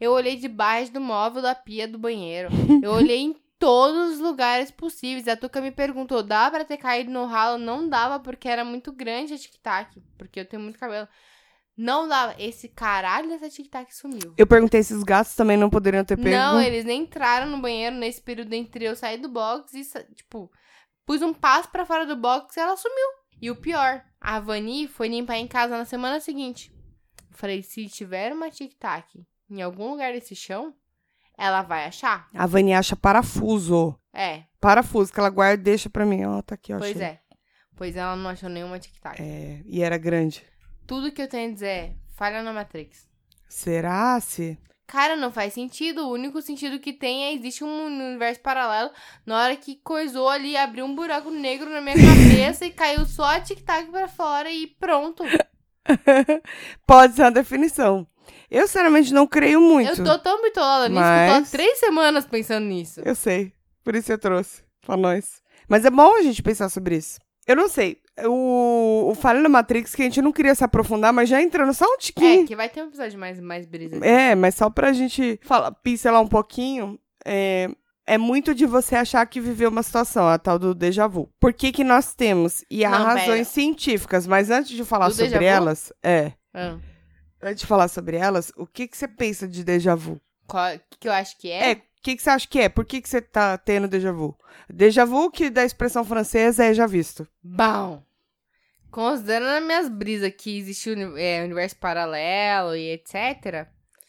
[SPEAKER 1] Eu olhei debaixo do móvel da pia do banheiro. Eu olhei em todos os lugares possíveis. A Tuca me perguntou: dá pra ter caído no ralo? Não dava, porque era muito grande a tic-tac. Porque eu tenho muito cabelo. Não dava. Esse caralho dessa tic-tac sumiu.
[SPEAKER 2] Eu perguntei se os gatos também não poderiam ter pego.
[SPEAKER 1] Não, eles nem entraram no banheiro nesse período entre eu sair do box e, sa- tipo, pus um passo pra fora do box e ela sumiu. E o pior, a Vani foi limpar em casa na semana seguinte. Eu falei, se tiver uma tic-tac em algum lugar desse chão, ela vai achar.
[SPEAKER 2] A Vani acha parafuso.
[SPEAKER 1] É,
[SPEAKER 2] Parafuso que ela guarda e deixa pra mim. Ó, tá aqui, ó.
[SPEAKER 1] pois
[SPEAKER 2] achei.
[SPEAKER 1] é. Pois ela não achou nenhuma tic-tac.
[SPEAKER 2] É, E era grande.
[SPEAKER 1] Tudo que eu tenho a dizer é, falha na Matrix.
[SPEAKER 2] Será se?
[SPEAKER 1] Cara, não faz sentido. O único sentido que tem é existe um universo paralelo. Na hora que coisou ali, abriu um buraco negro na minha cabeça e caiu só a tic-tac pra fora e pronto.
[SPEAKER 2] Pode ser uma definição. Eu, sinceramente, não creio muito.
[SPEAKER 1] Eu tô tão bitolada nisso que eu tô há
[SPEAKER 2] Mas- É
[SPEAKER 1] três semanas pensando nisso.
[SPEAKER 2] Eu sei. Por isso eu trouxe pra nós. Mas é bom a gente pensar sobre isso. Eu não sei. O, o Falha na Matrix, que a gente não queria se aprofundar, mas já entrando só um
[SPEAKER 1] É,
[SPEAKER 2] tiquinho.
[SPEAKER 1] que vai ter um episódio mais, mais brisa.
[SPEAKER 2] É, mas só pra gente falar, pincelar um pouquinho, é, é muito de você achar que viveu uma situação, a tal do déjà vu. Por que que nós temos? E há
[SPEAKER 1] Não, pera.
[SPEAKER 2] razões científicas, mas antes de falar
[SPEAKER 1] Do déjà
[SPEAKER 2] sobre
[SPEAKER 1] vu?
[SPEAKER 2] elas, é,
[SPEAKER 1] Ah,
[SPEAKER 2] antes de falar sobre elas, o que que você pensa de déjà vu?
[SPEAKER 1] qual- que eu acho que
[SPEAKER 2] É,
[SPEAKER 1] é?
[SPEAKER 2] o que que você acha que é? Por que que você tá tendo déjà vu? Déjà vu, que da expressão francesa é já visto.
[SPEAKER 1] Bom. Considerando as minhas brisas que existe uni- é, universo paralelo e etc.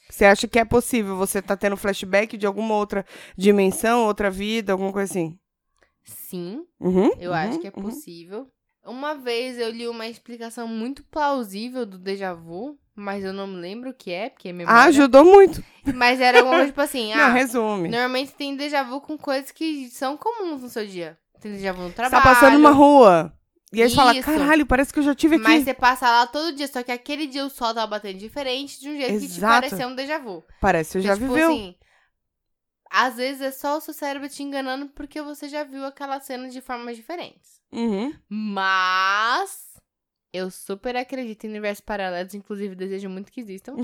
[SPEAKER 2] Você acha que é possível você tá tendo flashback de alguma outra dimensão, outra vida, alguma coisa assim?
[SPEAKER 1] Sim,
[SPEAKER 2] Uhum,
[SPEAKER 1] Eu
[SPEAKER 2] uhum,
[SPEAKER 1] acho que é
[SPEAKER 2] uhum.
[SPEAKER 1] possível. Uma vez eu li uma explicação muito plausível do déjà vu, mas eu não me lembro o que é, porque é memória.
[SPEAKER 2] Ah, ajudou muito.
[SPEAKER 1] Mas era alguma coisa tipo assim, ah,
[SPEAKER 2] Não, resume.
[SPEAKER 1] normalmente tem déjà vu com coisas que são comuns no seu dia. Tem déjà vu no
[SPEAKER 2] Você
[SPEAKER 1] trabalho.
[SPEAKER 2] tá passando uma rua. E aí você fala,
[SPEAKER 1] Isso.
[SPEAKER 2] caralho, parece que eu já tive aqui.
[SPEAKER 1] Mas você passa lá todo dia, só que aquele dia o sol tava batendo diferente de um jeito que te
[SPEAKER 2] Exato.
[SPEAKER 1] pareceu um déjà vu.
[SPEAKER 2] Parece, eu já
[SPEAKER 1] Tipo
[SPEAKER 2] viveu.
[SPEAKER 1] assim, às vezes é só o seu cérebro te enganando porque você já viu aquela cena de formas diferentes.
[SPEAKER 2] Uhum.
[SPEAKER 1] Mas eu super acredito em universos paralelos, inclusive desejo muito que existam.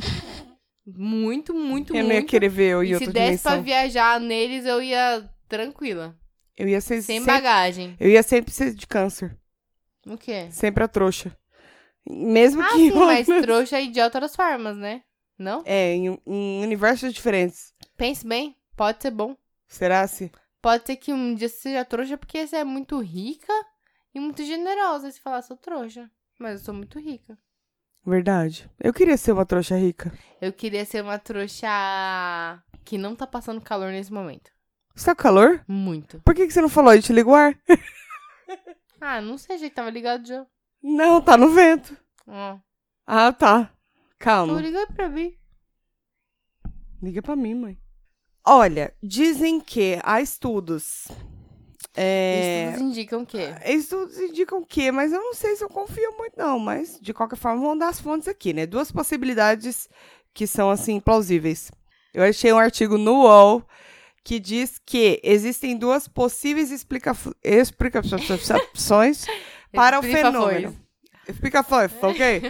[SPEAKER 1] muito, muito,
[SPEAKER 2] eu
[SPEAKER 1] muito.
[SPEAKER 2] não ia querer ver eu em
[SPEAKER 1] e se
[SPEAKER 2] outra
[SPEAKER 1] desse pra
[SPEAKER 2] dimensão.
[SPEAKER 1] viajar neles, eu ia tranquila,
[SPEAKER 2] Eu ia ser
[SPEAKER 1] sem
[SPEAKER 2] sempre...
[SPEAKER 1] bagagem.
[SPEAKER 2] Eu ia sempre ser de câncer.
[SPEAKER 1] O quê?
[SPEAKER 2] Sempre a trouxa. Mesmo
[SPEAKER 1] Ah,
[SPEAKER 2] que... um
[SPEAKER 1] sim, mas trouxa é idiota das formas, né? Não?
[SPEAKER 2] É, em, em universos diferentes.
[SPEAKER 1] Pense bem, pode ser bom.
[SPEAKER 2] Será se?
[SPEAKER 1] Pode ser que um dia você seja trouxa porque você é muito rica e muito generosa. Se falar, sou trouxa, mas eu sou muito rica.
[SPEAKER 2] Verdade. Eu queria ser uma trouxa rica.
[SPEAKER 1] Eu queria ser uma trouxa que não tá passando calor nesse momento.
[SPEAKER 2] Você tá com calor?
[SPEAKER 1] Muito.
[SPEAKER 2] Por que, que você não falou aí? Te liga o ar?
[SPEAKER 1] Ah, não sei, gente, tava ligado já.
[SPEAKER 2] Não, tá no vento.
[SPEAKER 1] Ó,
[SPEAKER 2] Ah, tá.
[SPEAKER 1] tu
[SPEAKER 2] Calma.
[SPEAKER 1] ligou pra mim.
[SPEAKER 2] Liga pra mim, mãe. Olha, dizem que há estudos. É...
[SPEAKER 1] Estudos indicam que
[SPEAKER 2] Estudos indicam que, mas eu não sei se eu confio muito, não. Mas, de qualquer forma, vamos dar as fontes aqui, né? Duas possibilidades que são, assim, plausíveis. Eu achei um artigo no UOL que diz que existem duas possíveis explica... explicações para o
[SPEAKER 1] Explica
[SPEAKER 2] fenômeno. Explica foi, ok?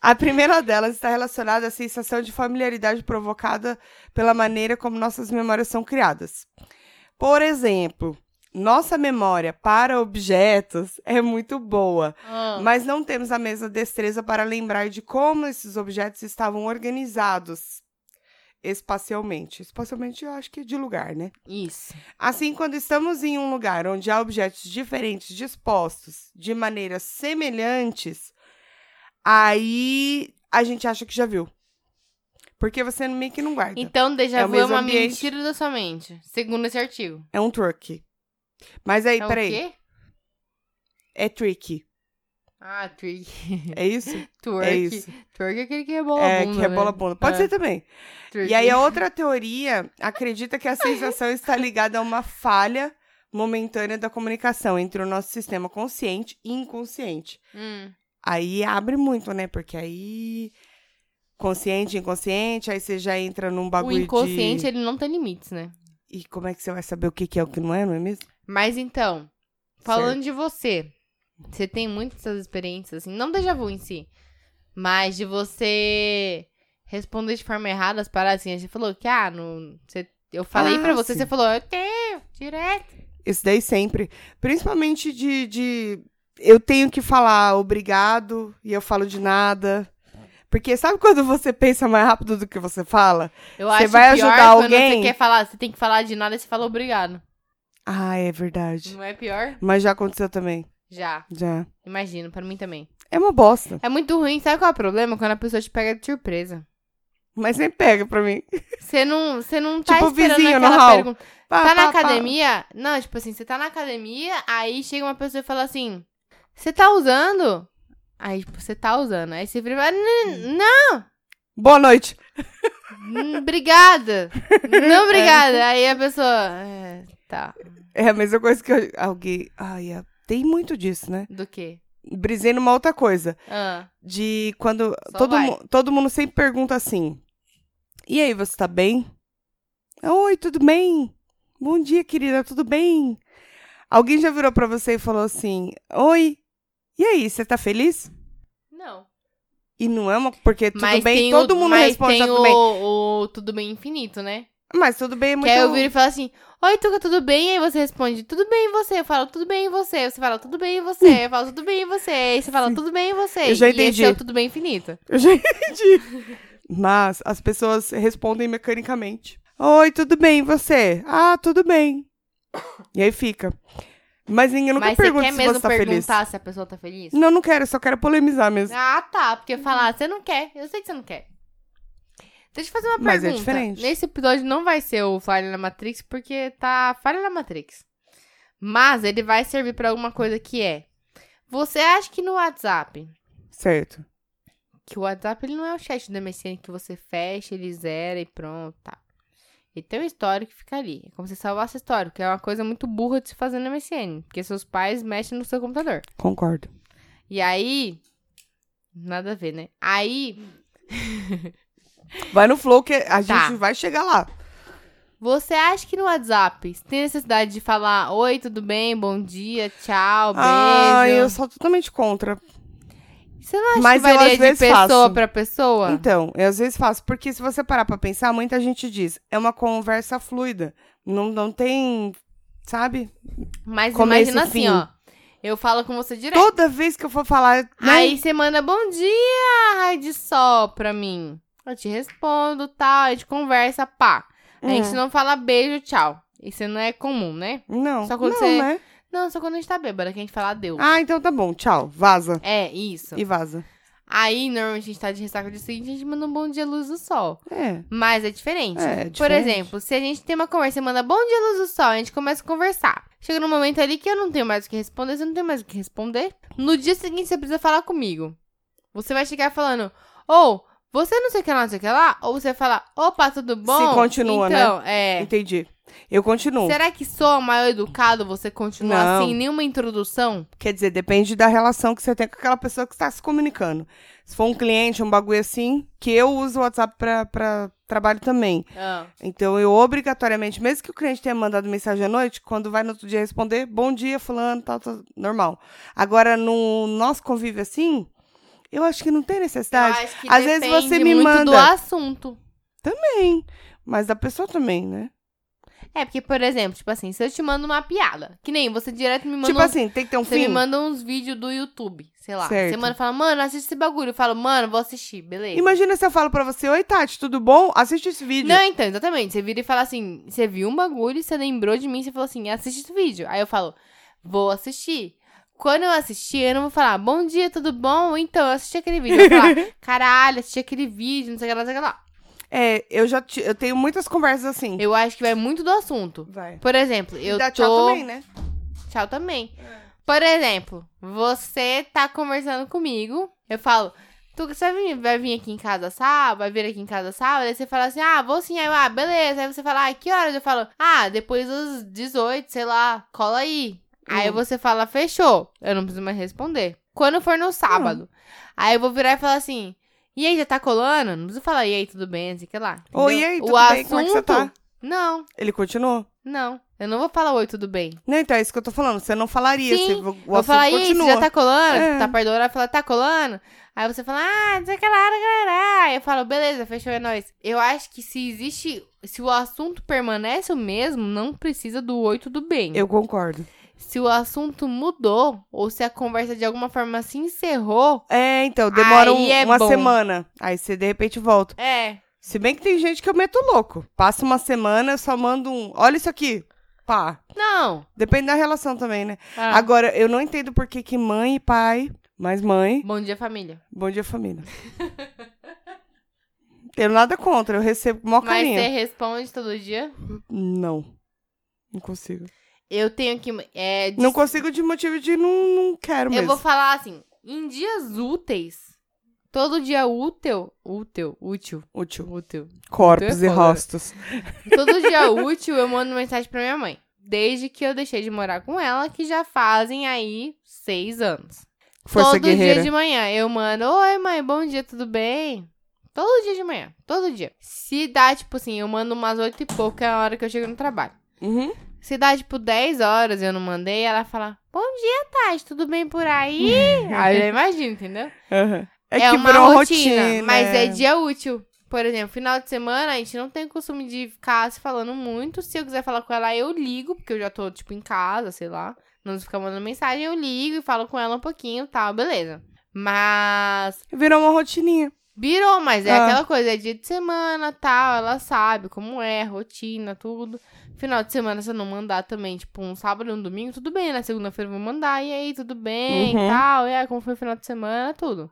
[SPEAKER 2] A primeira delas está relacionada à sensação de familiaridade provocada pela maneira como nossas memórias são criadas. Por exemplo, Nossa memória para objetos é muito boa,
[SPEAKER 1] Ah,
[SPEAKER 2] mas não temos a mesma destreza para lembrar de como esses objetos estavam organizados espacialmente. Espacialmente, eu acho que de lugar, né?
[SPEAKER 1] Isso.
[SPEAKER 2] Assim, quando estamos em um lugar onde há objetos diferentes dispostos de maneiras semelhantes, aí a gente acha que já viu. Porque você meio que não guarda.
[SPEAKER 1] Então, déjà
[SPEAKER 2] É o
[SPEAKER 1] vu é
[SPEAKER 2] mesmo
[SPEAKER 1] uma
[SPEAKER 2] ambiente.
[SPEAKER 1] mentira da sua mente, segundo esse artigo.
[SPEAKER 2] É um truque. Mas aí,
[SPEAKER 1] é o
[SPEAKER 2] peraí.
[SPEAKER 1] quê?
[SPEAKER 2] É tricky.
[SPEAKER 1] Ah, twerk.
[SPEAKER 2] É isso?
[SPEAKER 1] Twerk.
[SPEAKER 2] é isso.
[SPEAKER 1] Twerk é aquele que rebola a
[SPEAKER 2] É,
[SPEAKER 1] bunda,
[SPEAKER 2] que é
[SPEAKER 1] né?
[SPEAKER 2] bola bunda. Pode
[SPEAKER 1] É.
[SPEAKER 2] ser também.
[SPEAKER 1] Twerk.
[SPEAKER 2] E aí, é a outra teoria acredita que a sensação está ligada a uma falha momentânea da comunicação entre o nosso sistema consciente e inconsciente.
[SPEAKER 1] Hum.
[SPEAKER 2] Aí abre muito, né? Porque aí. Consciente, inconsciente, aí você já entra num
[SPEAKER 1] O
[SPEAKER 2] bagulho.
[SPEAKER 1] inconsciente, é
[SPEAKER 2] De...
[SPEAKER 1] ele não tem limites, né?
[SPEAKER 2] E como é que você vai saber o que que é o que não é, não é mesmo?
[SPEAKER 1] Mas então, falando de você, você tem muitas dessas experiências, assim, não déjà vu em si, mas de você responder de forma errada as paradas, assim, você falou que, ah, não, você- eu falei
[SPEAKER 2] Ah,
[SPEAKER 1] pra você,
[SPEAKER 2] sim.
[SPEAKER 1] você falou, eu tenho, direto.
[SPEAKER 2] Isso daí sempre. Principalmente de, de. Eu tenho que falar obrigado e eu falo de nada. Porque sabe quando você pensa mais rápido do que você fala?
[SPEAKER 1] Eu
[SPEAKER 2] Você
[SPEAKER 1] acho
[SPEAKER 2] vai
[SPEAKER 1] pior
[SPEAKER 2] ajudar
[SPEAKER 1] quando
[SPEAKER 2] alguém?
[SPEAKER 1] você quer falar, você tem que falar de nada e você fala obrigado.
[SPEAKER 2] Ah, é verdade.
[SPEAKER 1] Não é pior?
[SPEAKER 2] Mas já aconteceu também.
[SPEAKER 1] Já,
[SPEAKER 2] Já.
[SPEAKER 1] imagino, pra mim também.
[SPEAKER 2] É uma bosta.
[SPEAKER 1] É muito ruim, sabe qual é o problema? Quando a pessoa te pega de surpresa.
[SPEAKER 2] Mas sempre pega pra mim.
[SPEAKER 1] Você não, você não tá
[SPEAKER 2] Tipo o
[SPEAKER 1] esperando
[SPEAKER 2] vizinho no
[SPEAKER 1] aquela
[SPEAKER 2] hall.
[SPEAKER 1] pergunta.
[SPEAKER 2] Pá,
[SPEAKER 1] tá na
[SPEAKER 2] pá, pá.
[SPEAKER 1] academia? Não, tipo assim, você tá na academia, aí chega uma pessoa e fala assim: Você tá usando? Aí, tipo, você tá usando. Aí você vira.
[SPEAKER 2] Hum.
[SPEAKER 1] "N- Não,
[SPEAKER 2] Boa noite.
[SPEAKER 1] n- hum, obrigada. Não, obrigada. Aí a pessoa. "É, tá.
[SPEAKER 2] É a mesma coisa que eu- alguém. Ai, é- tem muito disso, né?
[SPEAKER 1] Do quê?
[SPEAKER 2] Brisei numa outra coisa.
[SPEAKER 1] Ah,
[SPEAKER 2] De quando.
[SPEAKER 1] Só
[SPEAKER 2] Todo,
[SPEAKER 1] vai.
[SPEAKER 2] mu- todo mundo sempre pergunta assim: E aí, você tá bem? Oi, tudo bem? Bom dia, querida, tudo bem? Alguém já virou pra você e falou assim: Oi, e aí, você tá feliz?
[SPEAKER 1] não.
[SPEAKER 2] E não ama, porque tudo
[SPEAKER 1] mas
[SPEAKER 2] bem,
[SPEAKER 1] tem
[SPEAKER 2] todo
[SPEAKER 1] o,
[SPEAKER 2] mundo
[SPEAKER 1] mas
[SPEAKER 2] responde tá
[SPEAKER 1] tem
[SPEAKER 2] tudo
[SPEAKER 1] o,
[SPEAKER 2] bem.
[SPEAKER 1] o tudo bem infinito, né?
[SPEAKER 2] Mas tudo bem é muito.
[SPEAKER 1] Que aí eu viro e falo assim: Oi, Tuca, tudo bem? Aí você responde: Tudo bem e você? Eu falo: Tudo bem e você? Você fala: Tudo bem e você? Eu falo: Tudo bem e você? Aí você fala: Tudo bem e você?
[SPEAKER 2] Eu já
[SPEAKER 1] E esse
[SPEAKER 2] entendi.
[SPEAKER 1] é o tudo bem infinito.
[SPEAKER 2] Eu já entendi. Mas as pessoas respondem mecanicamente. Oi, tudo bem, e você? Ah, tudo bem. E aí fica. Mas ninguém nunca
[SPEAKER 1] Mas
[SPEAKER 2] pergunta
[SPEAKER 1] quer
[SPEAKER 2] se
[SPEAKER 1] mesmo
[SPEAKER 2] você tá feliz.
[SPEAKER 1] perguntar se a pessoa tá feliz?
[SPEAKER 2] Não, não quero, eu só quero polemizar mesmo.
[SPEAKER 1] Ah, tá. Porque falar, você não quer. Eu sei que você não quer. Deixa eu fazer uma
[SPEAKER 2] Mas é
[SPEAKER 1] pergunta.
[SPEAKER 2] diferente.
[SPEAKER 1] Nesse episódio não vai ser o Falha na Matrix, porque tá Falha na Matrix. Mas ele vai servir pra alguma coisa que é. Você acha que no WhatsApp,
[SPEAKER 2] Certo.
[SPEAKER 1] que o WhatsApp ele não é o chat do MSN que você fecha, ele zera e pronto, tá. Ele tem um histórico que fica ali. É como se salvasse histórico, que é uma coisa muito burra de se fazer no MSN, porque seus pais mexem no seu computador.
[SPEAKER 2] Concordo.
[SPEAKER 1] E aí. Nada a ver, né? Aí
[SPEAKER 2] Vai no flow que
[SPEAKER 1] Tá.
[SPEAKER 2] a gente vai chegar lá.
[SPEAKER 1] você acha que no WhatsApp você tem necessidade de falar oi, tudo bem, bom dia, tchau, beijo?
[SPEAKER 2] Ah, eu sou totalmente contra.
[SPEAKER 1] né? Você não acha
[SPEAKER 2] mas
[SPEAKER 1] que
[SPEAKER 2] eu, às
[SPEAKER 1] varia de
[SPEAKER 2] vezes,
[SPEAKER 1] pessoa
[SPEAKER 2] faço.
[SPEAKER 1] pra pessoa?
[SPEAKER 2] Então, eu às vezes faço, porque se você parar pra pensar, muita gente diz, é uma conversa fluida. Não, não tem, sabe?
[SPEAKER 1] Mas
[SPEAKER 2] começo
[SPEAKER 1] imagina
[SPEAKER 2] e
[SPEAKER 1] assim,
[SPEAKER 2] fim.
[SPEAKER 1] ó. Eu falo com você direto.
[SPEAKER 2] Toda vez que eu for falar, né?
[SPEAKER 1] Aí você manda bom dia, raio de sol pra mim. Eu te respondo, tal, a gente conversa, pá. A
[SPEAKER 2] É.
[SPEAKER 1] gente não fala beijo, tchau. Isso não é comum, né?
[SPEAKER 2] Não,
[SPEAKER 1] Só quando
[SPEAKER 2] não,
[SPEAKER 1] você-
[SPEAKER 2] né?
[SPEAKER 1] Não, só quando a gente tá bêbada que a gente fala adeus.
[SPEAKER 2] Ah, então tá bom, tchau, vaza.
[SPEAKER 1] É, isso.
[SPEAKER 2] E vaza.
[SPEAKER 1] Aí, normalmente, a gente tá de ressaca de seguinte, a gente manda um bom dia, luz do sol.
[SPEAKER 2] É,
[SPEAKER 1] Mas é diferente.
[SPEAKER 2] É, é
[SPEAKER 1] Por
[SPEAKER 2] diferente.
[SPEAKER 1] exemplo, se a gente tem uma conversa e manda bom dia, luz do sol, a gente começa a conversar. Chega num momento ali que eu não tenho mais o que responder, você não tem mais o que responder. No dia seguinte, você precisa falar comigo. Você vai chegar falando, ou você não sei o que lá, não sei o que lá, ou você fala, opa, tudo bom?
[SPEAKER 2] Se continua, né?
[SPEAKER 1] então, é...
[SPEAKER 2] entendi. Eu continuo.
[SPEAKER 1] Será que sou mal educado você continuar
[SPEAKER 2] Não.
[SPEAKER 1] sem nenhuma introdução?
[SPEAKER 2] Quer dizer, depende da relação que você tem com aquela pessoa que está se comunicando. Se for um cliente, um bagulho assim, que eu uso o WhatsApp pra, pra trabalho também.
[SPEAKER 1] Ah,
[SPEAKER 2] Então, eu obrigatoriamente, mesmo que o cliente tenha mandado mensagem à noite, quando vai no outro dia responder, bom dia, fulano, tal, tal, normal. Agora, no nosso convívio assim, eu acho que não tem
[SPEAKER 1] eu
[SPEAKER 2] necessidade.
[SPEAKER 1] acho que
[SPEAKER 2] Às vezes você
[SPEAKER 1] depende
[SPEAKER 2] me
[SPEAKER 1] muito do
[SPEAKER 2] manda.
[SPEAKER 1] assunto.
[SPEAKER 2] Tem, mas da pessoa também, né?
[SPEAKER 1] É, porque, por exemplo, tipo assim, se eu te mando uma piada, que nem você direto me manda
[SPEAKER 2] Tipo
[SPEAKER 1] um-
[SPEAKER 2] assim, tem que ter um
[SPEAKER 1] Você
[SPEAKER 2] fim.
[SPEAKER 1] me manda uns vídeos do YouTube, sei lá.
[SPEAKER 2] Certo.
[SPEAKER 1] Você manda e fala, mano, assiste esse bagulho. Eu falo, mano, vou assistir, beleza.
[SPEAKER 2] Imagina se eu falo pra você, oi Tati, tudo bom? Assiste esse vídeo.
[SPEAKER 1] Não, então, exatamente. Você vira e fala assim, você viu um bagulho, você lembrou de mim, você falou assim, assiste esse vídeo. Aí eu falo, vou assistir. Quando eu assistir, eu não vou falar, bom dia, tudo bom? Então, eu assisti aquele vídeo. Eu vou falar, caralho, assisti aquele vídeo, não sei o que lá, não sei o que lá.
[SPEAKER 2] É, eu já ti- eu tenho muitas conversas assim.
[SPEAKER 1] Eu acho que vai muito do assunto.
[SPEAKER 2] Vai.
[SPEAKER 1] Por exemplo, eu
[SPEAKER 2] E da
[SPEAKER 1] tô...
[SPEAKER 2] tchau também, né?
[SPEAKER 1] Tchau também.
[SPEAKER 2] É.
[SPEAKER 1] Por exemplo, você tá conversando comigo, eu falo, Tuca, você vai vir, vai vir aqui em casa sábado? Vai vir aqui em casa sábado? Aí você fala assim, ah, vou sim. Aí eu, ah, beleza. Aí você fala, ah, que horas? Eu falo, ah, depois das 18, sei lá, cola aí. Aí
[SPEAKER 2] Hum.
[SPEAKER 1] você fala, fechou. Eu não preciso mais responder. Quando for no sábado.
[SPEAKER 2] Hum.
[SPEAKER 1] Aí eu vou virar e falar assim, e aí, já tá colando? Não preciso falar, e aí, tudo bem, não sei o que lá.
[SPEAKER 2] Oi, e
[SPEAKER 1] entendeu? O
[SPEAKER 2] aí, tudo bem? Como é que você tá?
[SPEAKER 1] Não,
[SPEAKER 2] Ele continuou?
[SPEAKER 1] não. Eu não vou falar oi, tudo bem.
[SPEAKER 2] Não, então é isso que eu tô falando. Você não falaria.
[SPEAKER 1] Sim,
[SPEAKER 2] você, o
[SPEAKER 1] Vou
[SPEAKER 2] assunto
[SPEAKER 1] falar, isso,
[SPEAKER 2] continua.
[SPEAKER 1] já tá colando?
[SPEAKER 2] É.
[SPEAKER 1] Tá perdoando? Ela fala, tá colando? Aí você fala, ah, não sei o que lá, não sei o que lá. Aí Eu falo, beleza, fechou, é nóis. Eu acho que se existe, se o assunto permanece o mesmo, não precisa do oi, tudo bem.
[SPEAKER 2] Eu concordo.
[SPEAKER 1] Se o assunto mudou, ou se a conversa de alguma forma se encerrou,
[SPEAKER 2] É, então, demora
[SPEAKER 1] Aí
[SPEAKER 2] um-
[SPEAKER 1] é
[SPEAKER 2] uma
[SPEAKER 1] bom.
[SPEAKER 2] semana. Aí você de repente volta.
[SPEAKER 1] é,
[SPEAKER 2] Se bem que tem gente que eu meto louco. Passa uma semana, eu só mando um. Olha isso aqui. Pá.
[SPEAKER 1] não.
[SPEAKER 2] Depende da relação também, né?
[SPEAKER 1] Ah,
[SPEAKER 2] Agora, eu não entendo por que, que mãe e pai, mas mãe,
[SPEAKER 1] Bom dia, família.
[SPEAKER 2] bom dia família. Tenho nada contra, eu recebo com maior
[SPEAKER 1] Mas é-
[SPEAKER 2] carinho.
[SPEAKER 1] você responde todo dia?
[SPEAKER 2] Não. Não consigo.
[SPEAKER 1] Eu tenho que, é,
[SPEAKER 2] Não consigo de motivo de não, não quero
[SPEAKER 1] Eu
[SPEAKER 2] mesmo.
[SPEAKER 1] vou falar assim, em dias úteis, todo dia útil, útil, útil,
[SPEAKER 2] Útil.
[SPEAKER 1] útil.
[SPEAKER 2] Corpos
[SPEAKER 1] Eu
[SPEAKER 2] e
[SPEAKER 1] ia falar.
[SPEAKER 2] rostos.
[SPEAKER 1] Todo dia útil eu mando mensagem pra minha mãe. Desde que eu deixei de morar com ela, que já fazem aí seis anos.
[SPEAKER 2] Força
[SPEAKER 1] todo
[SPEAKER 2] guerreira.
[SPEAKER 1] dia de manhã eu mando, oi mãe, bom dia, tudo bem? Todo dia de manhã, todo dia. Se dá, tipo assim, eu mando umas oito e pouco, que é a hora que eu chego no trabalho.
[SPEAKER 2] Uhum.
[SPEAKER 1] Se dá, tipo, 10 horas eu não mandei, ela fala, bom dia, Tati, tudo bem por aí? aí eu já imagino, entendeu?
[SPEAKER 2] Aham. É,
[SPEAKER 1] É,
[SPEAKER 2] que
[SPEAKER 1] uma
[SPEAKER 2] virou
[SPEAKER 1] rotina, mas é
[SPEAKER 2] né?
[SPEAKER 1] dia útil. Por exemplo, final de semana, a gente não tem costume de ficar se falando muito. Se eu quiser falar com ela, eu ligo, porque eu já tô, tipo, em casa, sei lá. Não fica mandando mensagem, eu ligo e falo com ela um pouquinho e tal, beleza. Mas
[SPEAKER 2] Virou uma rotininha.
[SPEAKER 1] virou, mas é
[SPEAKER 2] Ah.
[SPEAKER 1] aquela coisa, é dia de semana tal, ela sabe como é, rotina, tudo. Final de semana, se eu não mandar também, tipo, um sábado e um domingo, tudo bem, na segunda-feira eu vou mandar, e aí, tudo bem
[SPEAKER 2] Uhum.
[SPEAKER 1] e tal, e aí, como foi o final de semana, tudo.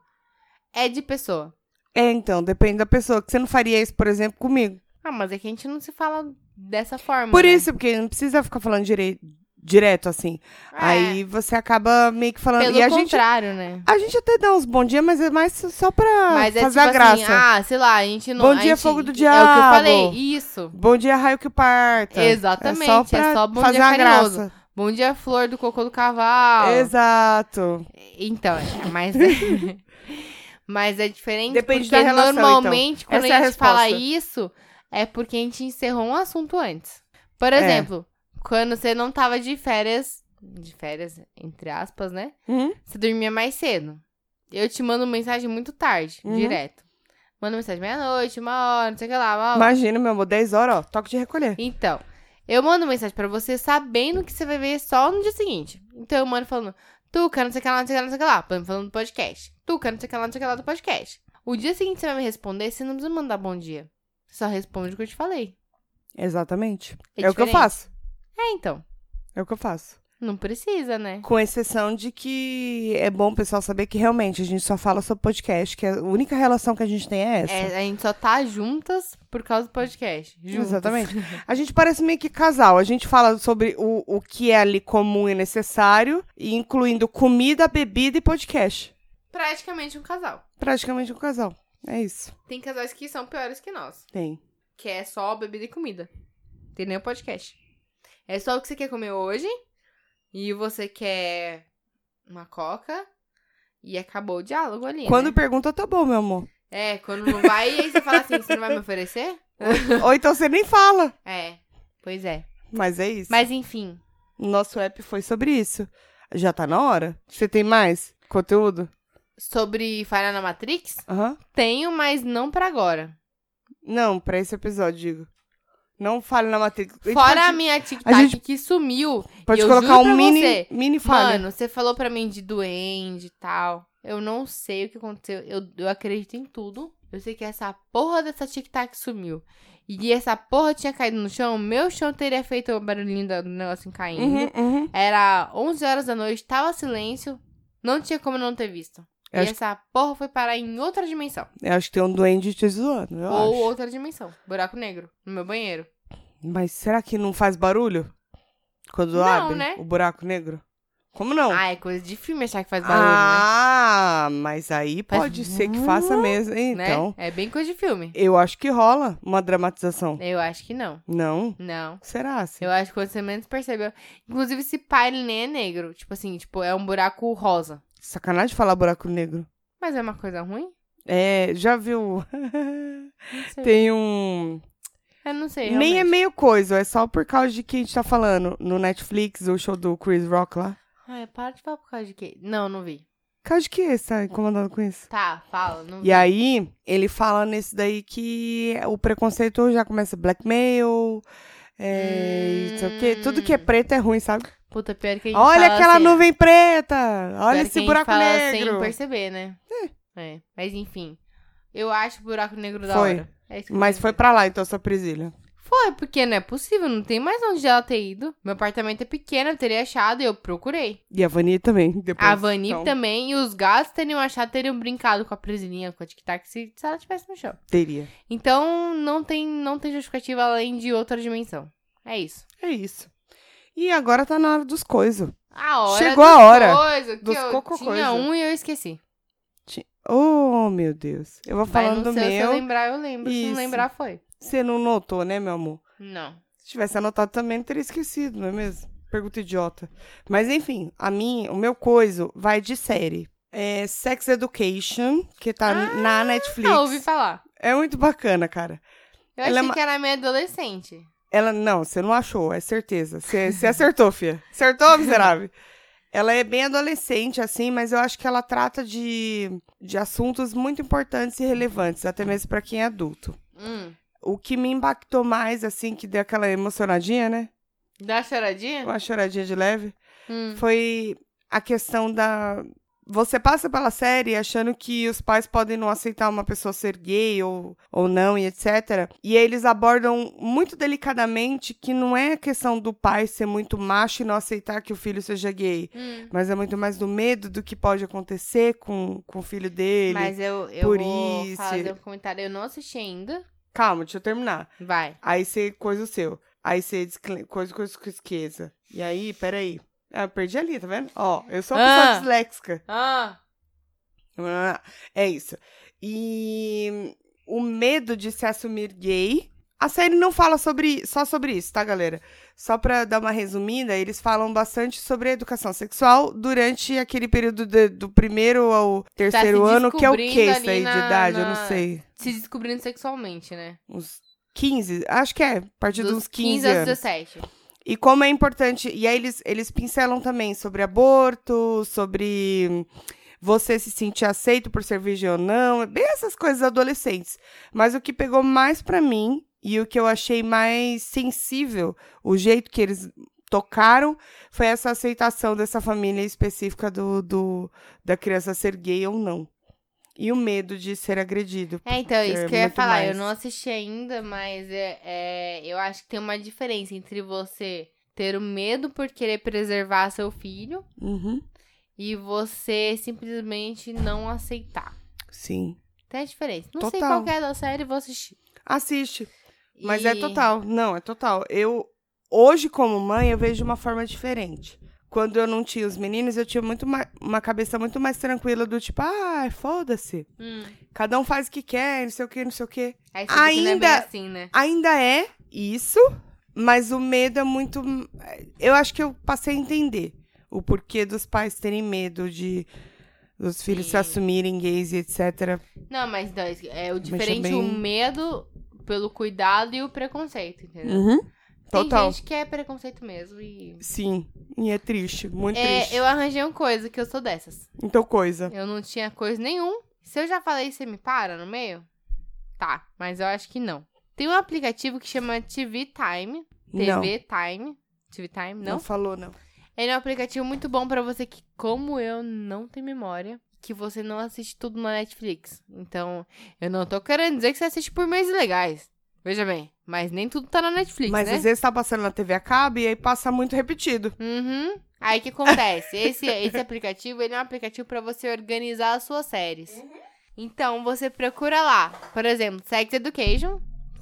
[SPEAKER 1] É de pessoa.
[SPEAKER 2] É, então, depende da pessoa. Que você não faria isso, por exemplo, comigo.
[SPEAKER 1] Ah, mas é que a gente não se fala dessa forma.
[SPEAKER 2] Por
[SPEAKER 1] né?
[SPEAKER 2] isso, porque não precisa ficar falando direi- direto assim.
[SPEAKER 1] É,
[SPEAKER 2] Aí você acaba meio que falando.
[SPEAKER 1] pelo
[SPEAKER 2] e a gente,
[SPEAKER 1] contrário, né?
[SPEAKER 2] a gente até dá uns bom dia, mas é mais só pra
[SPEAKER 1] Mas é
[SPEAKER 2] fazer
[SPEAKER 1] tipo
[SPEAKER 2] Ah, a graça.
[SPEAKER 1] assim, ah, sei lá, a gente não.
[SPEAKER 2] Bom
[SPEAKER 1] a
[SPEAKER 2] dia,
[SPEAKER 1] gente-
[SPEAKER 2] fogo do
[SPEAKER 1] É o que eu falei,
[SPEAKER 2] diabo.
[SPEAKER 1] isso.
[SPEAKER 2] Bom dia, raio que parta.
[SPEAKER 1] Exatamente, é só bom
[SPEAKER 2] fazer
[SPEAKER 1] dia
[SPEAKER 2] a
[SPEAKER 1] carinhoso.
[SPEAKER 2] graça.
[SPEAKER 1] Bom dia, flor do cocô do cavalo.
[SPEAKER 2] Exato.
[SPEAKER 1] Então, é, mas. mas é diferente.
[SPEAKER 2] Depende
[SPEAKER 1] porque
[SPEAKER 2] da relação, então.
[SPEAKER 1] normalmente, quando
[SPEAKER 2] Essa é
[SPEAKER 1] a
[SPEAKER 2] a
[SPEAKER 1] gente fala
[SPEAKER 2] resposta.
[SPEAKER 1] isso, é porque a gente encerrou um assunto antes. Por
[SPEAKER 2] É.
[SPEAKER 1] exemplo, quando você não tava de férias. De férias, entre aspas, né?
[SPEAKER 2] Uhum.
[SPEAKER 1] Você dormia mais cedo. Eu te mando mensagem muito tarde,
[SPEAKER 2] Uhum.
[SPEAKER 1] direto. Mando mensagem meia-noite, uma hora, não sei o que lá. Uma hora.
[SPEAKER 2] Imagina, meu amor, 10 horas, ó, toque de recolher.
[SPEAKER 1] Então, eu mando mensagem pra você sabendo que você vai ver só no dia seguinte. Então eu mando falando, Tuca, não sei o que lá, não sei o que lá, não sei o que lá. Por exemplo, Falando do podcast. Tuca, não sei o que lá, não sei o que lá do podcast. O dia seguinte você vai me responder, você não precisa mandar bom dia. Você só responde o que eu te falei.
[SPEAKER 2] Exatamente.
[SPEAKER 1] É
[SPEAKER 2] é o que eu
[SPEAKER 1] diferente.
[SPEAKER 2] faço.
[SPEAKER 1] É, então.
[SPEAKER 2] É o que eu faço.
[SPEAKER 1] Não precisa, né?
[SPEAKER 2] Com exceção de que é bom o pessoal saber que realmente a gente só fala sobre podcast, que a única relação que a gente tem é essa.
[SPEAKER 1] É, a gente só tá juntas por causa do podcast. Juntas.
[SPEAKER 2] Exatamente. A gente parece meio que casal. A gente fala sobre o, o que é ali comum e necessário, e incluindo comida, bebida e podcast.
[SPEAKER 1] Praticamente um casal.
[SPEAKER 2] Praticamente um casal. É isso.
[SPEAKER 1] Tem casais que são piores que nós.
[SPEAKER 2] Tem.
[SPEAKER 1] Que é só bebida e comida. Tem nem o podcast. É só o que você quer comer hoje. E você quer uma coca. E acabou o diálogo ali.
[SPEAKER 2] Quando
[SPEAKER 1] né?
[SPEAKER 2] pergunta, tá bom, meu amor.
[SPEAKER 1] É, quando não vai, aí você fala assim: você não vai me oferecer?
[SPEAKER 2] Ou então você nem fala.
[SPEAKER 1] É. Pois é.
[SPEAKER 2] Mas é isso.
[SPEAKER 1] Mas enfim.
[SPEAKER 2] Nosso app foi sobre isso. Já tá na hora? Você tem mais conteúdo?
[SPEAKER 1] Sobre falha na Matrix?
[SPEAKER 2] Aham.
[SPEAKER 1] Tenho, mas não pra agora.
[SPEAKER 2] Não, pra esse episódio, digo. Não falha na matrícula. gente
[SPEAKER 1] Fora a
[SPEAKER 2] pode,
[SPEAKER 1] minha Tic
[SPEAKER 2] a
[SPEAKER 1] Tac
[SPEAKER 2] gente-
[SPEAKER 1] que sumiu.
[SPEAKER 2] pode
[SPEAKER 1] eu
[SPEAKER 2] colocar
[SPEAKER 1] juro
[SPEAKER 2] um
[SPEAKER 1] pra
[SPEAKER 2] mini,
[SPEAKER 1] você,
[SPEAKER 2] mini falha.
[SPEAKER 1] Mano, você falou pra mim de duende e tal. Eu não sei o que aconteceu. Eu, eu acredito em tudo. Eu sei que essa porra dessa Tic Tac sumiu. E essa porra tinha caído no chão. Meu chão teria feito o barulhinho da- do negócio caindo.
[SPEAKER 2] Uhum, uhum.
[SPEAKER 1] Era 11 horas da noite, tava silêncio. Não tinha como não ter visto.
[SPEAKER 2] Eu
[SPEAKER 1] E
[SPEAKER 2] acho-
[SPEAKER 1] essa porra foi parar em outra dimensão.
[SPEAKER 2] Eu acho que tem um duende te zoando, eu
[SPEAKER 1] Ou
[SPEAKER 2] acho.
[SPEAKER 1] outra dimensão. Buraco negro. No meu banheiro.
[SPEAKER 2] Mas será que não faz barulho? Quando
[SPEAKER 1] Não,
[SPEAKER 2] abre
[SPEAKER 1] né?
[SPEAKER 2] o buraco negro? Como não?
[SPEAKER 1] Ah, é coisa de filme achar que faz barulho, né?
[SPEAKER 2] Ah, mas aí
[SPEAKER 1] Faz
[SPEAKER 2] pode ser que faça mesmo.
[SPEAKER 1] Né?
[SPEAKER 2] Então,
[SPEAKER 1] É bem coisa de filme.
[SPEAKER 2] eu acho que rola uma dramatização.
[SPEAKER 1] Eu acho que não.
[SPEAKER 2] Não?
[SPEAKER 1] Não.
[SPEAKER 2] Será assim?
[SPEAKER 1] Eu acho que quando você menos percebeu. Inclusive, esse pai ele nem é negro. Tipo assim, tipo, é um buraco rosa.
[SPEAKER 2] Sacanagem falar buraco negro.
[SPEAKER 1] Mas é uma coisa ruim?
[SPEAKER 2] É, já viu?
[SPEAKER 1] Não sei.
[SPEAKER 2] Tem um.
[SPEAKER 1] Eu não sei.
[SPEAKER 2] Nem é
[SPEAKER 1] realmente.
[SPEAKER 2] meio coisa, é só por causa de que a gente tá falando no Netflix, o show do Chris Rock lá.
[SPEAKER 1] Ai, para de falar por causa de quê? Não, não vi.
[SPEAKER 2] Por causa de que você tá incomodado com isso?
[SPEAKER 1] Tá, fala. Não vi.
[SPEAKER 2] E aí, ele fala nesse daí que o preconceito já começa blackmail, é, e não sei o quê. Tudo que é preto é ruim, sabe?
[SPEAKER 1] Puta, pior que a gente
[SPEAKER 2] Olha
[SPEAKER 1] Hum. fala
[SPEAKER 2] aquela
[SPEAKER 1] assim,
[SPEAKER 2] nuvem preta!
[SPEAKER 1] pior
[SPEAKER 2] Olha
[SPEAKER 1] que a
[SPEAKER 2] esse
[SPEAKER 1] gente
[SPEAKER 2] buraco
[SPEAKER 1] fala
[SPEAKER 2] negro!
[SPEAKER 1] Sem perceber, né? É. Mas enfim. Eu acho o buraco negro da
[SPEAKER 2] Foi.
[SPEAKER 1] hora. É isso que eu
[SPEAKER 2] Mas
[SPEAKER 1] quero
[SPEAKER 2] foi pra lá, então, sua presilha.
[SPEAKER 1] Foi, porque não é possível, não tem mais onde ela ter ido. Meu apartamento é pequeno, eu teria achado e eu procurei.
[SPEAKER 2] E a Vani também, depois.
[SPEAKER 1] a Vani
[SPEAKER 2] então,
[SPEAKER 1] também, e os gatos teriam achado, teriam brincado com a presilhinha, com a tic-tac, se, se ela estivesse no chão.
[SPEAKER 2] Teria.
[SPEAKER 1] Então, não tem, não tem justificativa além de outra dimensão. É isso.
[SPEAKER 2] É isso. E agora tá na hora dos coisos.
[SPEAKER 1] A hora
[SPEAKER 2] Chegou
[SPEAKER 1] dos
[SPEAKER 2] a hora
[SPEAKER 1] coisa, que
[SPEAKER 2] dos
[SPEAKER 1] eu
[SPEAKER 2] coco
[SPEAKER 1] tinha
[SPEAKER 2] coisa.
[SPEAKER 1] um e eu esqueci.
[SPEAKER 2] Oh, meu Deus. Eu vou
[SPEAKER 1] Vai,
[SPEAKER 2] falando
[SPEAKER 1] não
[SPEAKER 2] do
[SPEAKER 1] sei, Se eu
[SPEAKER 2] meu.
[SPEAKER 1] lembrar, eu lembro. Se
[SPEAKER 2] Isso.
[SPEAKER 1] não lembrar, foi.
[SPEAKER 2] Você não notou, né, meu amor?
[SPEAKER 1] Não.
[SPEAKER 2] Se tivesse anotado também, não teria esquecido, não é mesmo? Pergunta idiota. Mas enfim, a minha, o meu coiso vai de série. É Sex Education, que tá
[SPEAKER 1] Ah,
[SPEAKER 2] na Netflix.
[SPEAKER 1] Ah, ouvi falar.
[SPEAKER 2] É muito bacana, cara.
[SPEAKER 1] Eu
[SPEAKER 2] Ela é
[SPEAKER 1] achei
[SPEAKER 2] uma-
[SPEAKER 1] que era minha adolescente.
[SPEAKER 2] Ela, não, você não achou, é certeza. Você você acertou, fia. Acertou, miserável. Ela é bem adolescente, assim, mas eu acho que ela trata de, de assuntos muito importantes e relevantes, até mesmo pra quem é adulto.
[SPEAKER 1] Hum.
[SPEAKER 2] O que me impactou mais, assim, que deu aquela emocionadinha, né?
[SPEAKER 1] Dá uma choradinha?
[SPEAKER 2] Uma choradinha de leve.
[SPEAKER 1] É. Hum.
[SPEAKER 2] foi a questão da. Você passa pela série achando que os pais podem não aceitar uma pessoa ser gay ou, ou não e etc. E eles abordam muito delicadamente que não é a questão do pai ser muito macho e não aceitar que o filho seja gay.
[SPEAKER 1] Hum.
[SPEAKER 2] Mas é muito mais do medo do que pode acontecer com, com o filho dele.
[SPEAKER 1] Mas eu, eu
[SPEAKER 2] por
[SPEAKER 1] vou
[SPEAKER 2] isso,
[SPEAKER 1] fazer
[SPEAKER 2] ele-
[SPEAKER 1] um comentário. Eu não assisti ainda.
[SPEAKER 2] Calma, deixa eu terminar.
[SPEAKER 1] Vai.
[SPEAKER 2] Aí você coisa o seu. Aí você descle- coisa, coisa, coisa, esqueça. E aí, peraí. Ah, perdi ali, tá vendo? Ó, eu sou uma
[SPEAKER 1] Ah.
[SPEAKER 2] pessoa disléxica.
[SPEAKER 1] Ah,
[SPEAKER 2] É isso. E o medo de se assumir gay. A série não fala sobre só sobre isso, tá, galera? Só pra dar uma resumida, eles falam bastante sobre a educação sexual durante aquele período de- do primeiro ao terceiro ano, que é o que
[SPEAKER 1] descobrindo
[SPEAKER 2] isso aí
[SPEAKER 1] ali
[SPEAKER 2] de
[SPEAKER 1] na-
[SPEAKER 2] idade? Eu
[SPEAKER 1] na-
[SPEAKER 2] não sei.
[SPEAKER 1] se descobrindo sexualmente, né?
[SPEAKER 2] Uns 15, acho que é, a partir dos, 15
[SPEAKER 1] aos
[SPEAKER 2] anos.
[SPEAKER 1] 17.
[SPEAKER 2] E como é importante. E aí eles, eles pincelam também sobre aborto, sobre você se sentir aceito por ser virgem ou não, é bem essas coisas adolescentes. Mas o que pegou mais pra mim e o que eu achei mais sensível, o jeito que eles tocaram, foi essa aceitação dessa família específica do, do da criança ser gay ou não. E o medo de ser agredido.
[SPEAKER 1] É, então,
[SPEAKER 2] porque
[SPEAKER 1] isso
[SPEAKER 2] é
[SPEAKER 1] que eu ia
[SPEAKER 2] muito
[SPEAKER 1] falar. Eu
[SPEAKER 2] mais.
[SPEAKER 1] não assisti ainda, mas é, é, eu acho que tem uma diferença entre você ter o medo por querer preservar seu filho
[SPEAKER 2] Uhum.
[SPEAKER 1] e você simplesmente não aceitar.
[SPEAKER 2] Sim.
[SPEAKER 1] Tem a diferença. Não sei
[SPEAKER 2] Total.
[SPEAKER 1] qual que é da série, vou assistir.
[SPEAKER 2] Assiste. Mas
[SPEAKER 1] E-
[SPEAKER 2] é total, não, é total. Eu hoje como mãe eu vejo de uma forma diferente. Quando eu não tinha os meninos, eu tinha muito ma- uma cabeça muito mais tranquila do tipo, ah, foda-se.
[SPEAKER 1] Hum.
[SPEAKER 2] Cada um faz o que quer, não sei o que, não sei o que.
[SPEAKER 1] Aí você vê que não é bem
[SPEAKER 2] Ainda-
[SPEAKER 1] assim, né?
[SPEAKER 2] Ainda é isso, mas o medo é muito. Eu acho que eu passei a entender o porquê dos pais terem medo de dos filhos se
[SPEAKER 1] Sim.
[SPEAKER 2] assumirem gays e etc.
[SPEAKER 1] Não, mas não, é o diferente o
[SPEAKER 2] bem-
[SPEAKER 1] medo pelo cuidado e o preconceito, entendeu?
[SPEAKER 2] Hum, Total.
[SPEAKER 1] Tem gente que é preconceito mesmo e.
[SPEAKER 2] Sim. E é triste, muito
[SPEAKER 1] É,
[SPEAKER 2] triste.
[SPEAKER 1] eu arranjei uma coisa que eu sou dessas.
[SPEAKER 2] Então, coisa.
[SPEAKER 1] Eu não tinha coisa nenhum. Se eu já falei, você me para no meio? Tá, mas eu acho que não. Tem um aplicativo que chama TV Time.
[SPEAKER 2] não,
[SPEAKER 1] TV Time. TV Time,
[SPEAKER 2] não
[SPEAKER 1] não?
[SPEAKER 2] falou, não.
[SPEAKER 1] Ele é um aplicativo muito bom pra você que, como eu, não tem memória. Que você não assiste tudo na Netflix. Então, eu não tô querendo dizer que você assiste por meios legais. Veja bem. Mas nem tudo tá na Netflix,
[SPEAKER 2] Mas
[SPEAKER 1] né?
[SPEAKER 2] às vezes tá passando na TV a cabo e aí passa muito repetido.
[SPEAKER 1] Uhum. Aí o que acontece? Esse, esse aplicativo, ele é um aplicativo pra você organizar as suas séries. Então, você procura lá, por exemplo, Sex Education.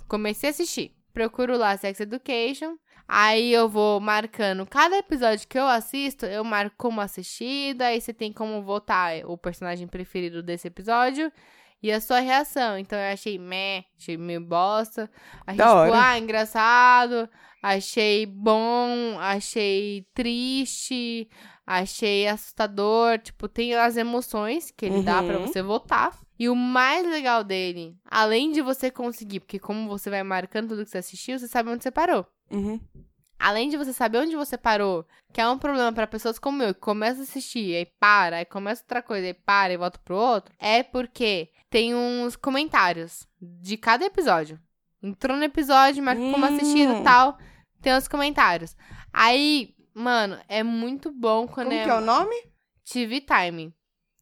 [SPEAKER 1] Comecei a assistir. Procuro lá Sex Education. Aí eu vou marcando cada episódio que eu assisto, eu marco como assistida, aí você tem como votar é, o personagem preferido desse episódio e a sua reação. Então eu achei meh, achei meio bosta, achei
[SPEAKER 2] Da
[SPEAKER 1] tipo,
[SPEAKER 2] hora.
[SPEAKER 1] ah, engraçado, achei bom, achei triste, achei assustador, tipo, tem as emoções que ele dá pra
[SPEAKER 2] Uhum.
[SPEAKER 1] você votar. E o mais legal dele, além de você conseguir, porque como você vai marcando tudo que você assistiu, você sabe onde você parou.
[SPEAKER 2] Uhum.
[SPEAKER 1] Além de você saber onde você parou, que é um problema pra pessoas como eu, que começa a assistir, aí para, aí começa outra coisa, aí para e volta pro outro, é porque tem uns comentários de cada episódio. Entrou no episódio, marca como
[SPEAKER 2] Hum.
[SPEAKER 1] assistido e tal, tem os comentários. Aí, mano, é muito bom quando
[SPEAKER 2] Como
[SPEAKER 1] é,
[SPEAKER 2] que é o nome?
[SPEAKER 1] TV Time.
[SPEAKER 2] Eu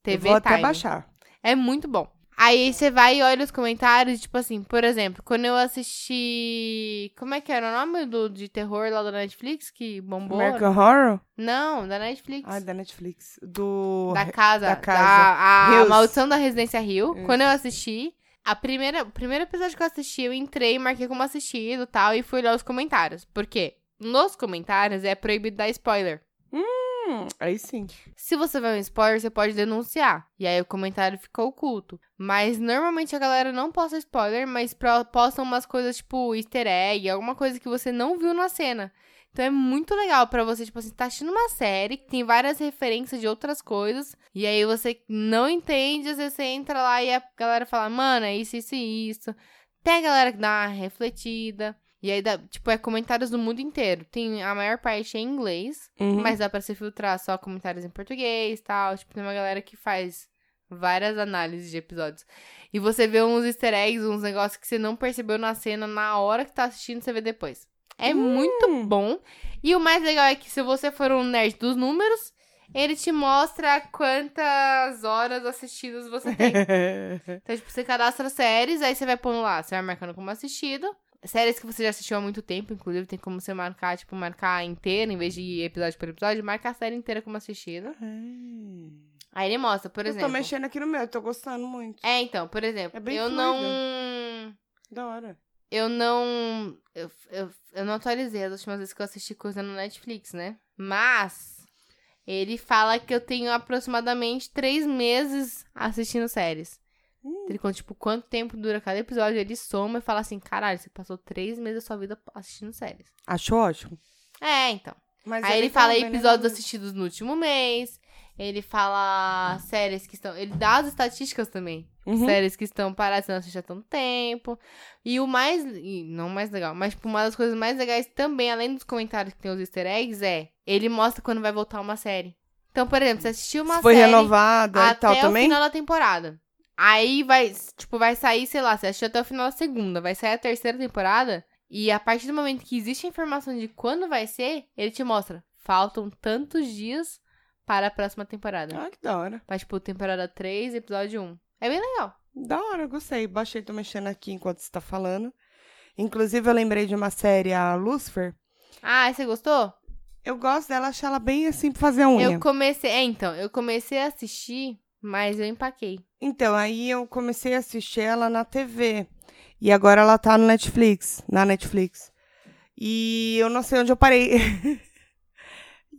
[SPEAKER 1] TV
[SPEAKER 2] Vou até
[SPEAKER 1] Time.
[SPEAKER 2] baixar.
[SPEAKER 1] É muito bom. Aí você vai e olha os comentários, tipo assim, por exemplo, quando eu assisti. Como é que era o nome do de terror lá da Netflix que bombou?
[SPEAKER 2] American Horror?
[SPEAKER 1] Não, da Netflix.
[SPEAKER 2] Ah, da Netflix. Do...
[SPEAKER 1] da casa.
[SPEAKER 2] da casa.
[SPEAKER 1] da- a
[SPEAKER 2] Hills.
[SPEAKER 1] Maldição da Residência Rio.
[SPEAKER 2] Isso.
[SPEAKER 1] Quando eu assisti, a primeira, o primeiro episódio que eu assisti, eu entrei, marquei como assistido e tal, e fui olhar os comentários. Por quê? Nos comentários é proibido dar spoiler.
[SPEAKER 2] Hum, aí sim.
[SPEAKER 1] Se você vê um spoiler, você pode denunciar. E aí o comentário fica oculto. Mas normalmente a galera não posta spoiler, mas pro- postam umas coisas tipo easter egg, alguma coisa que você não viu na cena. Então é muito legal pra você, tipo assim, tá assistindo uma série que tem várias referências de outras coisas. E aí você não entende, às vezes você entra lá e a galera fala, mano, é isso, isso e isso. Tem a galera que dá uma refletida. E aí, dá, tipo, é comentários do mundo inteiro. Tem a maior parte é em inglês.
[SPEAKER 2] Uhum.
[SPEAKER 1] Mas dá pra se filtrar só comentários em português e tal. Tipo, tem uma galera que faz várias análises de episódios. E você vê uns easter eggs, uns negócios que você não percebeu na cena na hora que tá assistindo, você vê depois. É muito bom. E o mais legal é que se você for um nerd dos números, ele te mostra quantas horas assistidas você tem. Então, tipo, você cadastra séries, aí você vai pondo lá, você vai marcando como assistido. Séries que você já assistiu há muito tempo, inclusive tem como você marcar, tipo, marcar inteira, em vez de episódio por episódio, marca a série inteira como assistida.
[SPEAKER 2] Hum.
[SPEAKER 1] Aí ele mostra, por
[SPEAKER 2] eu
[SPEAKER 1] exemplo.
[SPEAKER 2] tô mexendo aqui no meu, eu tô gostando muito.
[SPEAKER 1] É, então, por exemplo,
[SPEAKER 2] É bem
[SPEAKER 1] eu
[SPEAKER 2] fluido.
[SPEAKER 1] não.
[SPEAKER 2] Da hora.
[SPEAKER 1] Eu não. Eu, eu, eu não atualizei as últimas vezes que eu assisti coisa no Netflix, né? Mas ele fala que eu tenho aproximadamente três meses assistindo séries.
[SPEAKER 2] Hum.
[SPEAKER 1] Ele conta, tipo, quanto tempo dura cada episódio, ele soma e fala assim, caralho, você passou três meses da sua vida assistindo séries.
[SPEAKER 2] Achou ótimo.
[SPEAKER 1] É, então.
[SPEAKER 2] Mas é
[SPEAKER 1] Aí ele
[SPEAKER 2] bem
[SPEAKER 1] fala
[SPEAKER 2] calmo, né?
[SPEAKER 1] episódios assim, assistidos no último mês, ele fala séries que estão... Ele dá as estatísticas também.
[SPEAKER 2] Uhum.
[SPEAKER 1] Séries que estão paradas, você não assiste há tanto tempo. E o mais. e não o mais legal, mas tipo, uma das coisas mais legais também, além dos comentários que tem os easter eggs, é ele mostra quando vai voltar uma série. Então, por exemplo, você assistiu uma
[SPEAKER 2] Se Foi
[SPEAKER 1] série
[SPEAKER 2] renovada
[SPEAKER 1] até
[SPEAKER 2] e tal
[SPEAKER 1] o
[SPEAKER 2] também?
[SPEAKER 1] final da temporada. Aí vai, tipo, vai sair, sei lá, você assistiu até o final da segunda, vai sair a terceira temporada, e a partir do momento que existe a informação de quando vai ser, ele te mostra, faltam tantos dias para a próxima temporada.
[SPEAKER 2] Ah, que da hora.
[SPEAKER 1] Vai, tipo, temporada 3, episódio 1. É bem legal.
[SPEAKER 2] Da hora, gostei. Baixei, tô mexendo aqui enquanto você tá falando. Inclusive, eu lembrei de uma série, a Lucifer.
[SPEAKER 1] Ah, e você gostou?
[SPEAKER 2] Eu gosto dela, achei ela bem assim pra fazer a unha.
[SPEAKER 1] Eu comecei, é, então, eu comecei a assistir, mas eu empaquei.
[SPEAKER 2] Então, aí eu comecei a assistir ela na TV. E agora ela tá no Netflix, na Netflix. E eu não sei onde eu parei.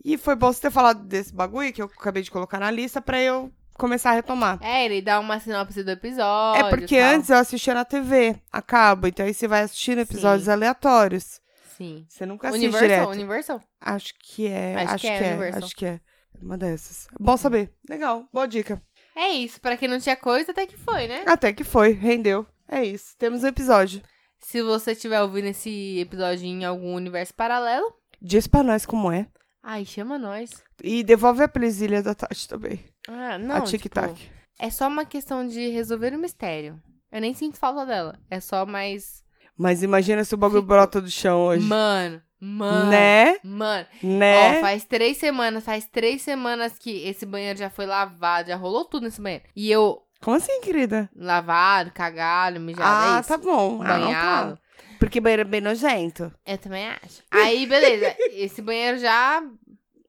[SPEAKER 2] e foi bom você ter falado desse bagulho que eu acabei de colocar na lista pra eu começar a retomar.
[SPEAKER 1] É, ele dá uma sinopse do episódio.
[SPEAKER 2] É porque
[SPEAKER 1] e tal.
[SPEAKER 2] antes eu assistia na TV, acaba. Então aí você vai assistindo episódios
[SPEAKER 1] Sim.
[SPEAKER 2] aleatórios.
[SPEAKER 1] Sim.
[SPEAKER 2] Você nunca assiste
[SPEAKER 1] Universal,
[SPEAKER 2] assim direto.
[SPEAKER 1] Universal.
[SPEAKER 2] Acho que é. Acho, que, é,
[SPEAKER 1] Universal.
[SPEAKER 2] acho que é. Uma dessas. Bom saber. Legal, boa dica.
[SPEAKER 1] É isso, pra quem não tinha coisa, até que foi, né?
[SPEAKER 2] Até que foi, rendeu. É isso. Temos um episódio.
[SPEAKER 1] Se você estiver ouvindo esse episódio em algum universo paralelo,
[SPEAKER 2] Diz pra nós como é.
[SPEAKER 1] ai, chama nós.
[SPEAKER 2] E devolve a presilha da Tati também.
[SPEAKER 1] Ah, não.
[SPEAKER 2] a
[SPEAKER 1] tipo,
[SPEAKER 2] tic-tac.
[SPEAKER 1] é só uma questão de resolver o mistério. Eu nem sinto falta dela. É só mais.
[SPEAKER 2] Mas imagina se o bagulho
[SPEAKER 1] Ficou-
[SPEAKER 2] brota do chão hoje.
[SPEAKER 1] Mano, mano.
[SPEAKER 2] Né?
[SPEAKER 1] Mano,
[SPEAKER 2] Né?
[SPEAKER 1] ó, faz três semanas, faz três semanas que esse banheiro já foi lavado, já rolou tudo nesse banheiro. E eu,
[SPEAKER 2] Como assim, querida?
[SPEAKER 1] lavado, cagado, mijado, é
[SPEAKER 2] ah,
[SPEAKER 1] isso.
[SPEAKER 2] tá bom. Ah, não tá.
[SPEAKER 1] Banhado.
[SPEAKER 2] Porque banheiro é bem nojento.
[SPEAKER 1] Eu também acho. Aí, beleza. Esse banheiro já.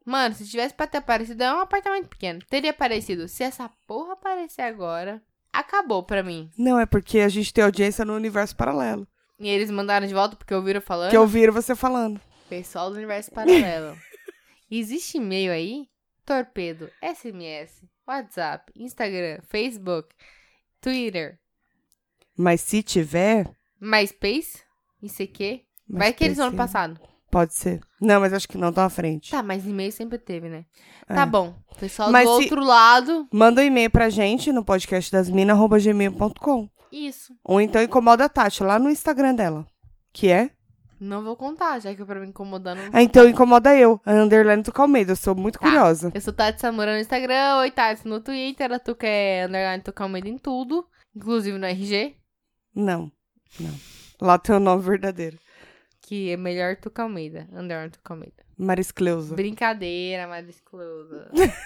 [SPEAKER 1] Mano, se tivesse pra ter aparecido, é um apartamento pequeno. Teria aparecido. Se essa porra aparecer agora, acabou pra mim.
[SPEAKER 2] Não, é porque a gente tem audiência no universo paralelo.
[SPEAKER 1] E eles mandaram de volta porque ouviram falando.
[SPEAKER 2] Que ouviram você falando.
[SPEAKER 1] Pessoal do universo paralelo. Existe e-mail aí? Torpedo, SMS, WhatsApp, Instagram, Facebook, Twitter,
[SPEAKER 2] Mas se tiver.
[SPEAKER 1] MySpace, ICQ.
[SPEAKER 2] mas
[SPEAKER 1] Vai que eles vão no
[SPEAKER 2] precisa.
[SPEAKER 1] passado.
[SPEAKER 2] Pode ser. Não, mas acho que não, tá à frente.
[SPEAKER 1] Tá, mas e-mail sempre teve, né?
[SPEAKER 2] É.
[SPEAKER 1] Tá bom. Pessoal
[SPEAKER 2] Mas
[SPEAKER 1] do
[SPEAKER 2] se-
[SPEAKER 1] outro lado.
[SPEAKER 2] Manda um e-mail pra gente no podcastdasmina.gmail.com.
[SPEAKER 1] Isso.
[SPEAKER 2] Ou então incomoda a Tati lá no Instagram dela. Que é?
[SPEAKER 1] Não vou contar, já que é pra me incomodar. Não...
[SPEAKER 2] Ah, então incomoda eu, a Underline do Calmeida. Eu sou muito
[SPEAKER 1] Tá.
[SPEAKER 2] curiosa.
[SPEAKER 1] Eu sou Tati Samura no Instagram, oi Tati no Twitter, a Tuca é underline Tuca Almeida em tudo, inclusive no RG,
[SPEAKER 2] Não, não. Lá tem o nome verdadeiro.
[SPEAKER 1] que é melhor Tuca Almeida, underline Tuca Almeida.
[SPEAKER 2] Maris Cleusa.
[SPEAKER 1] Brincadeira, Maris Cleusa. chega,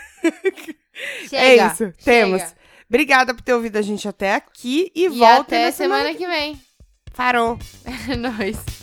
[SPEAKER 2] É isso,
[SPEAKER 1] chega.
[SPEAKER 2] temos. Obrigada por ter ouvido a gente até aqui e,
[SPEAKER 1] E
[SPEAKER 2] volta
[SPEAKER 1] até
[SPEAKER 2] na
[SPEAKER 1] semana que vem.
[SPEAKER 2] Parou.
[SPEAKER 1] É nóis.